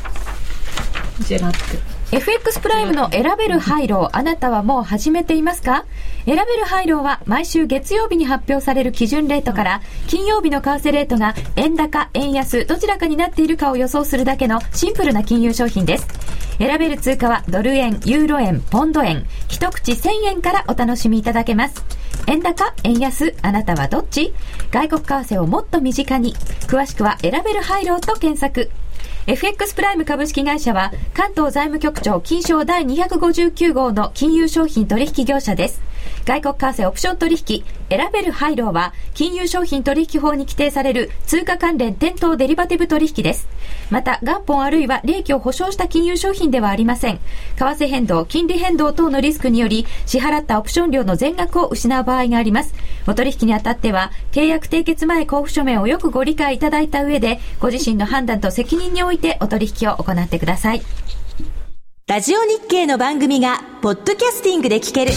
S3: ジェラって。
S2: FX プライムの選べる廃炉、あなたはもう始めていますか選べる廃炉は毎週月曜日に発表される基準レートから、金曜日の為替レートが円高、円安、どちらかになっているかを予想するだけのシンプルな金融商品です。選べる通貨はドル円、ユーロ円、ポンド円、一口1000円からお楽しみいただけます。円高、円安、あなたはどっち外国為替をもっと身近に。詳しくは選べる廃炉と検索。FX プライム株式会社は関東財務局長金賞第259号の金融商品取引業者です。外国為替オプション取引、選べる配慮は金融商品取引法に規定される通貨関連店頭デリバティブ取引です。また、元本あるいは利益を保証した金融商品ではありません。為替変動、金利変動等のリスクにより支払ったオプション料の全額を失う場合があります。お取引にあたっては契約締結前交付書面をよくご理解いただいた上で、ご自身の判断と責任においてお取引を行ってください。
S10: ラジオ日経の番組がポッドキャスティングで聞ける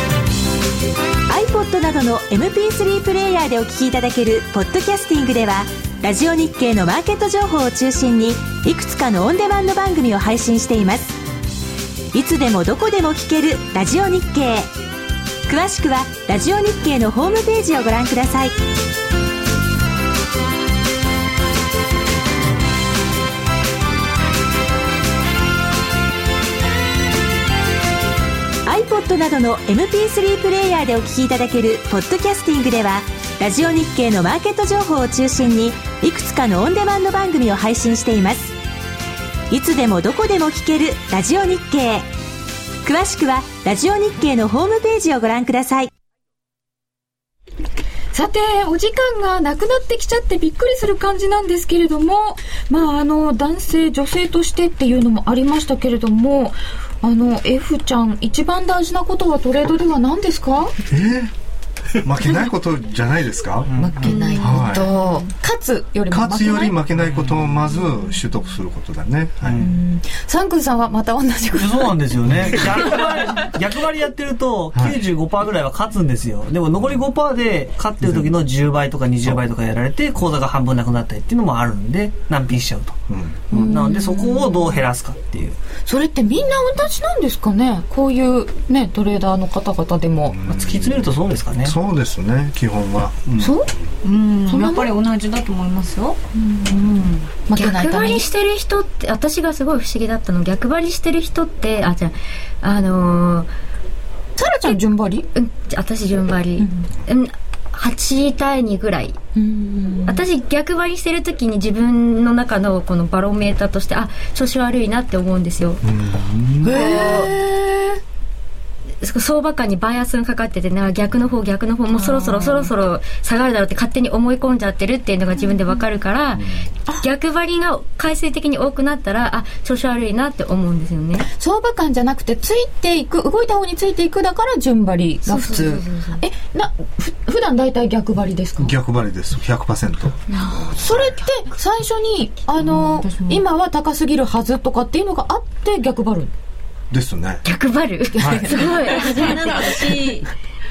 S10: 「iPod」などの MP3 プレイヤーでお聞きいただける「ポッドキャスティング」ではラジオ日経のマーケット情報を中心にいくつかのオンデマンド番組を配信していますいつでもどこでも聞ける「ラジオ日経」詳しくはラジオ日経のホームページをご覧ください「iPod」などの MP3 プレイヤーでお聞きいただける「ポッドキャスティング」ではラジオ日経のマーケット情報を中心にいくつかのオンデマンド番組を配信していますいつでもどこでも聞ける「ラジオ日経」詳しくはラジオ日経のホームページをご覧ください
S2: さて、お時間がなくなってきちゃってびっくりする感じなんですけれども、まあ、あの、男性、女性としてっていうのもありましたけれども、あの、F ちゃん、一番大事なことはトレードでは何ですか
S1: えー負けないことじゃないですか負
S2: けないこと、勝つよりも
S1: 勝
S2: 負
S1: つ
S2: け
S1: よ
S2: な
S1: り
S2: い。
S1: 負けないことをまず習得することだね、はい
S2: サンクンさんはまた同じこと。
S7: そうなんですよね。逆張り、逆張りやってると、95%ぐらいは勝つんですよ。でも残り5%で、勝ってる時の10倍とか20倍とかやられて、口座が半分なくなったりっていうのもあるんで、難品しちゃうと。うんなので、そこをどう減らすかっていう。
S2: それってみんな同じなんですかねこういうね、トレーダーの方々でも。
S7: 突き詰めるとそうですかね
S1: そうですね基本は、うん
S2: そう
S5: うんやっぱり同じだと思いますよ、
S2: 負
S5: けない
S4: 逆
S5: ため
S4: 張
S5: に
S4: りしてる人って私がすごい不思議だったの逆張りしてる人ってあじゃああのー、
S2: サラちゃん順張り
S4: うん私順張り、うん8対2ぐらい、私逆張りしてる時に自分の中のこのバロメーターとしてあ調子悪いなって思うんですよ、そ相場感にバイアスがかかっててな逆の方逆の方もうそろそろそろそろ下がるだろうって勝手に思い込んじゃってるっていうのが自分でわかるから、逆張りが回数的に多くなったらあ調子悪いなって思うんですよね
S2: 相場感じゃなくて、ついていく、動いた方についていくだから順張りが
S4: そうそ
S2: 普通
S4: うそう。
S2: え、な、ふ、普段大体逆張りですか
S1: 逆張りです100%
S2: それって最初に、あの、今は高すぎるはずとかっていうのがあって逆張る
S1: ですね
S4: 逆張る、
S1: はい
S4: すごい
S3: なんか私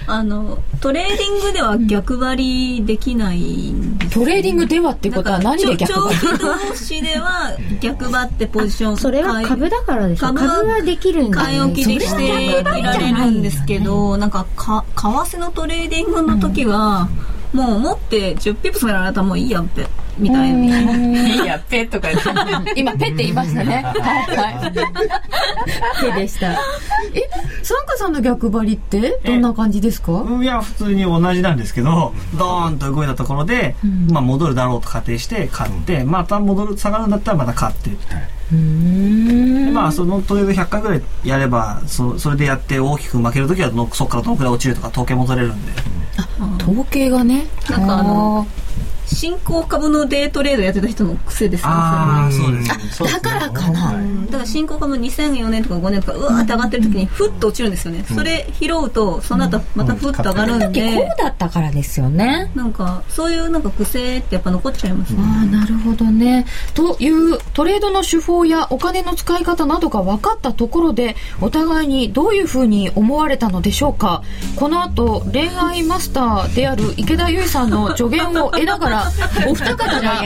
S3: あのトレーディングでは逆張りできないんです
S2: トレーディングではっていうことは何で逆張
S3: 長期
S2: る
S3: 投資では逆張ってポジション
S4: それは株だからでしょ株はできるんだ
S3: 買い置きでしていられるんですけどなんかか為替のトレーディングの時は、もう持って10ピップスならたらもういいやってみたいな。 いや、ペとか
S2: 今、ペって言いましたね。 はいはい。手でした。え、サンカさんの逆張りってどんな感じですか
S7: いや、普通に同じなんですけど、ドーンと動いたところで、まあ戻るだろうと仮定して、買って、また戻る、下がるんだったらまた買ってみたいな。でまあそのトレード100回ぐらいやればそそれでやって大きく負けるときはどのそこからどのくらい落ちるとか統計も取れるんで
S2: 統計がね。
S3: なんかあの、新興株のデイトレードやってた人の癖ですね。
S7: あー
S3: それね
S7: そうですだからかな
S3: だから新興株2004年とか5年とかうわーって上がってる時にふっと落ちるんですよね、それ拾うとその後またふっと上がるんで、
S2: だったからですよね。
S3: なんかそういうなんか癖ってやっぱ残っちゃいますね、
S2: ああ、なるほどね。という、トレードの手法やお金の使い方などが分かったところで、お互いにどういうふうに思われたのでしょうか。この後、恋愛マスターである池田優衣さんの助言を得ながら、お二方が、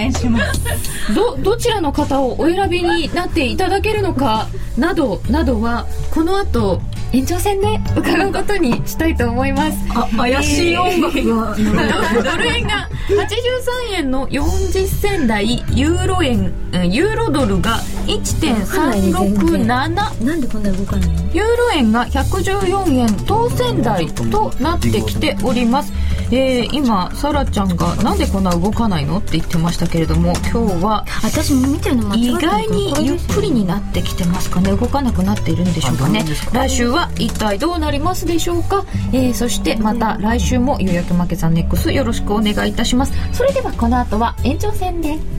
S2: ど、どちらの方をお選びになっていただけるのか、など、などは、この後、延長戦で伺うことにしたいと思います。
S3: あ怪しい音楽が
S2: ドル円が83円の40銭台ユーロ円うんユーロドルが1.367
S4: なんでこんな動かないの
S2: ユーロ円が114円当選台となってきております、えー、今サラちゃんがなんでこんな動かないのって言ってましたけれども今日は
S4: 私も見てるの間違
S2: 意
S4: ってる
S2: 外にゆっくりになってきてますかね動かなくなっているんでしょうかね来週は一体どうなりますでしょうか、えー、そしてまた来週も夕焼け負けさん NEXT よろしくお願いいたしますそれではこの後は延長戦です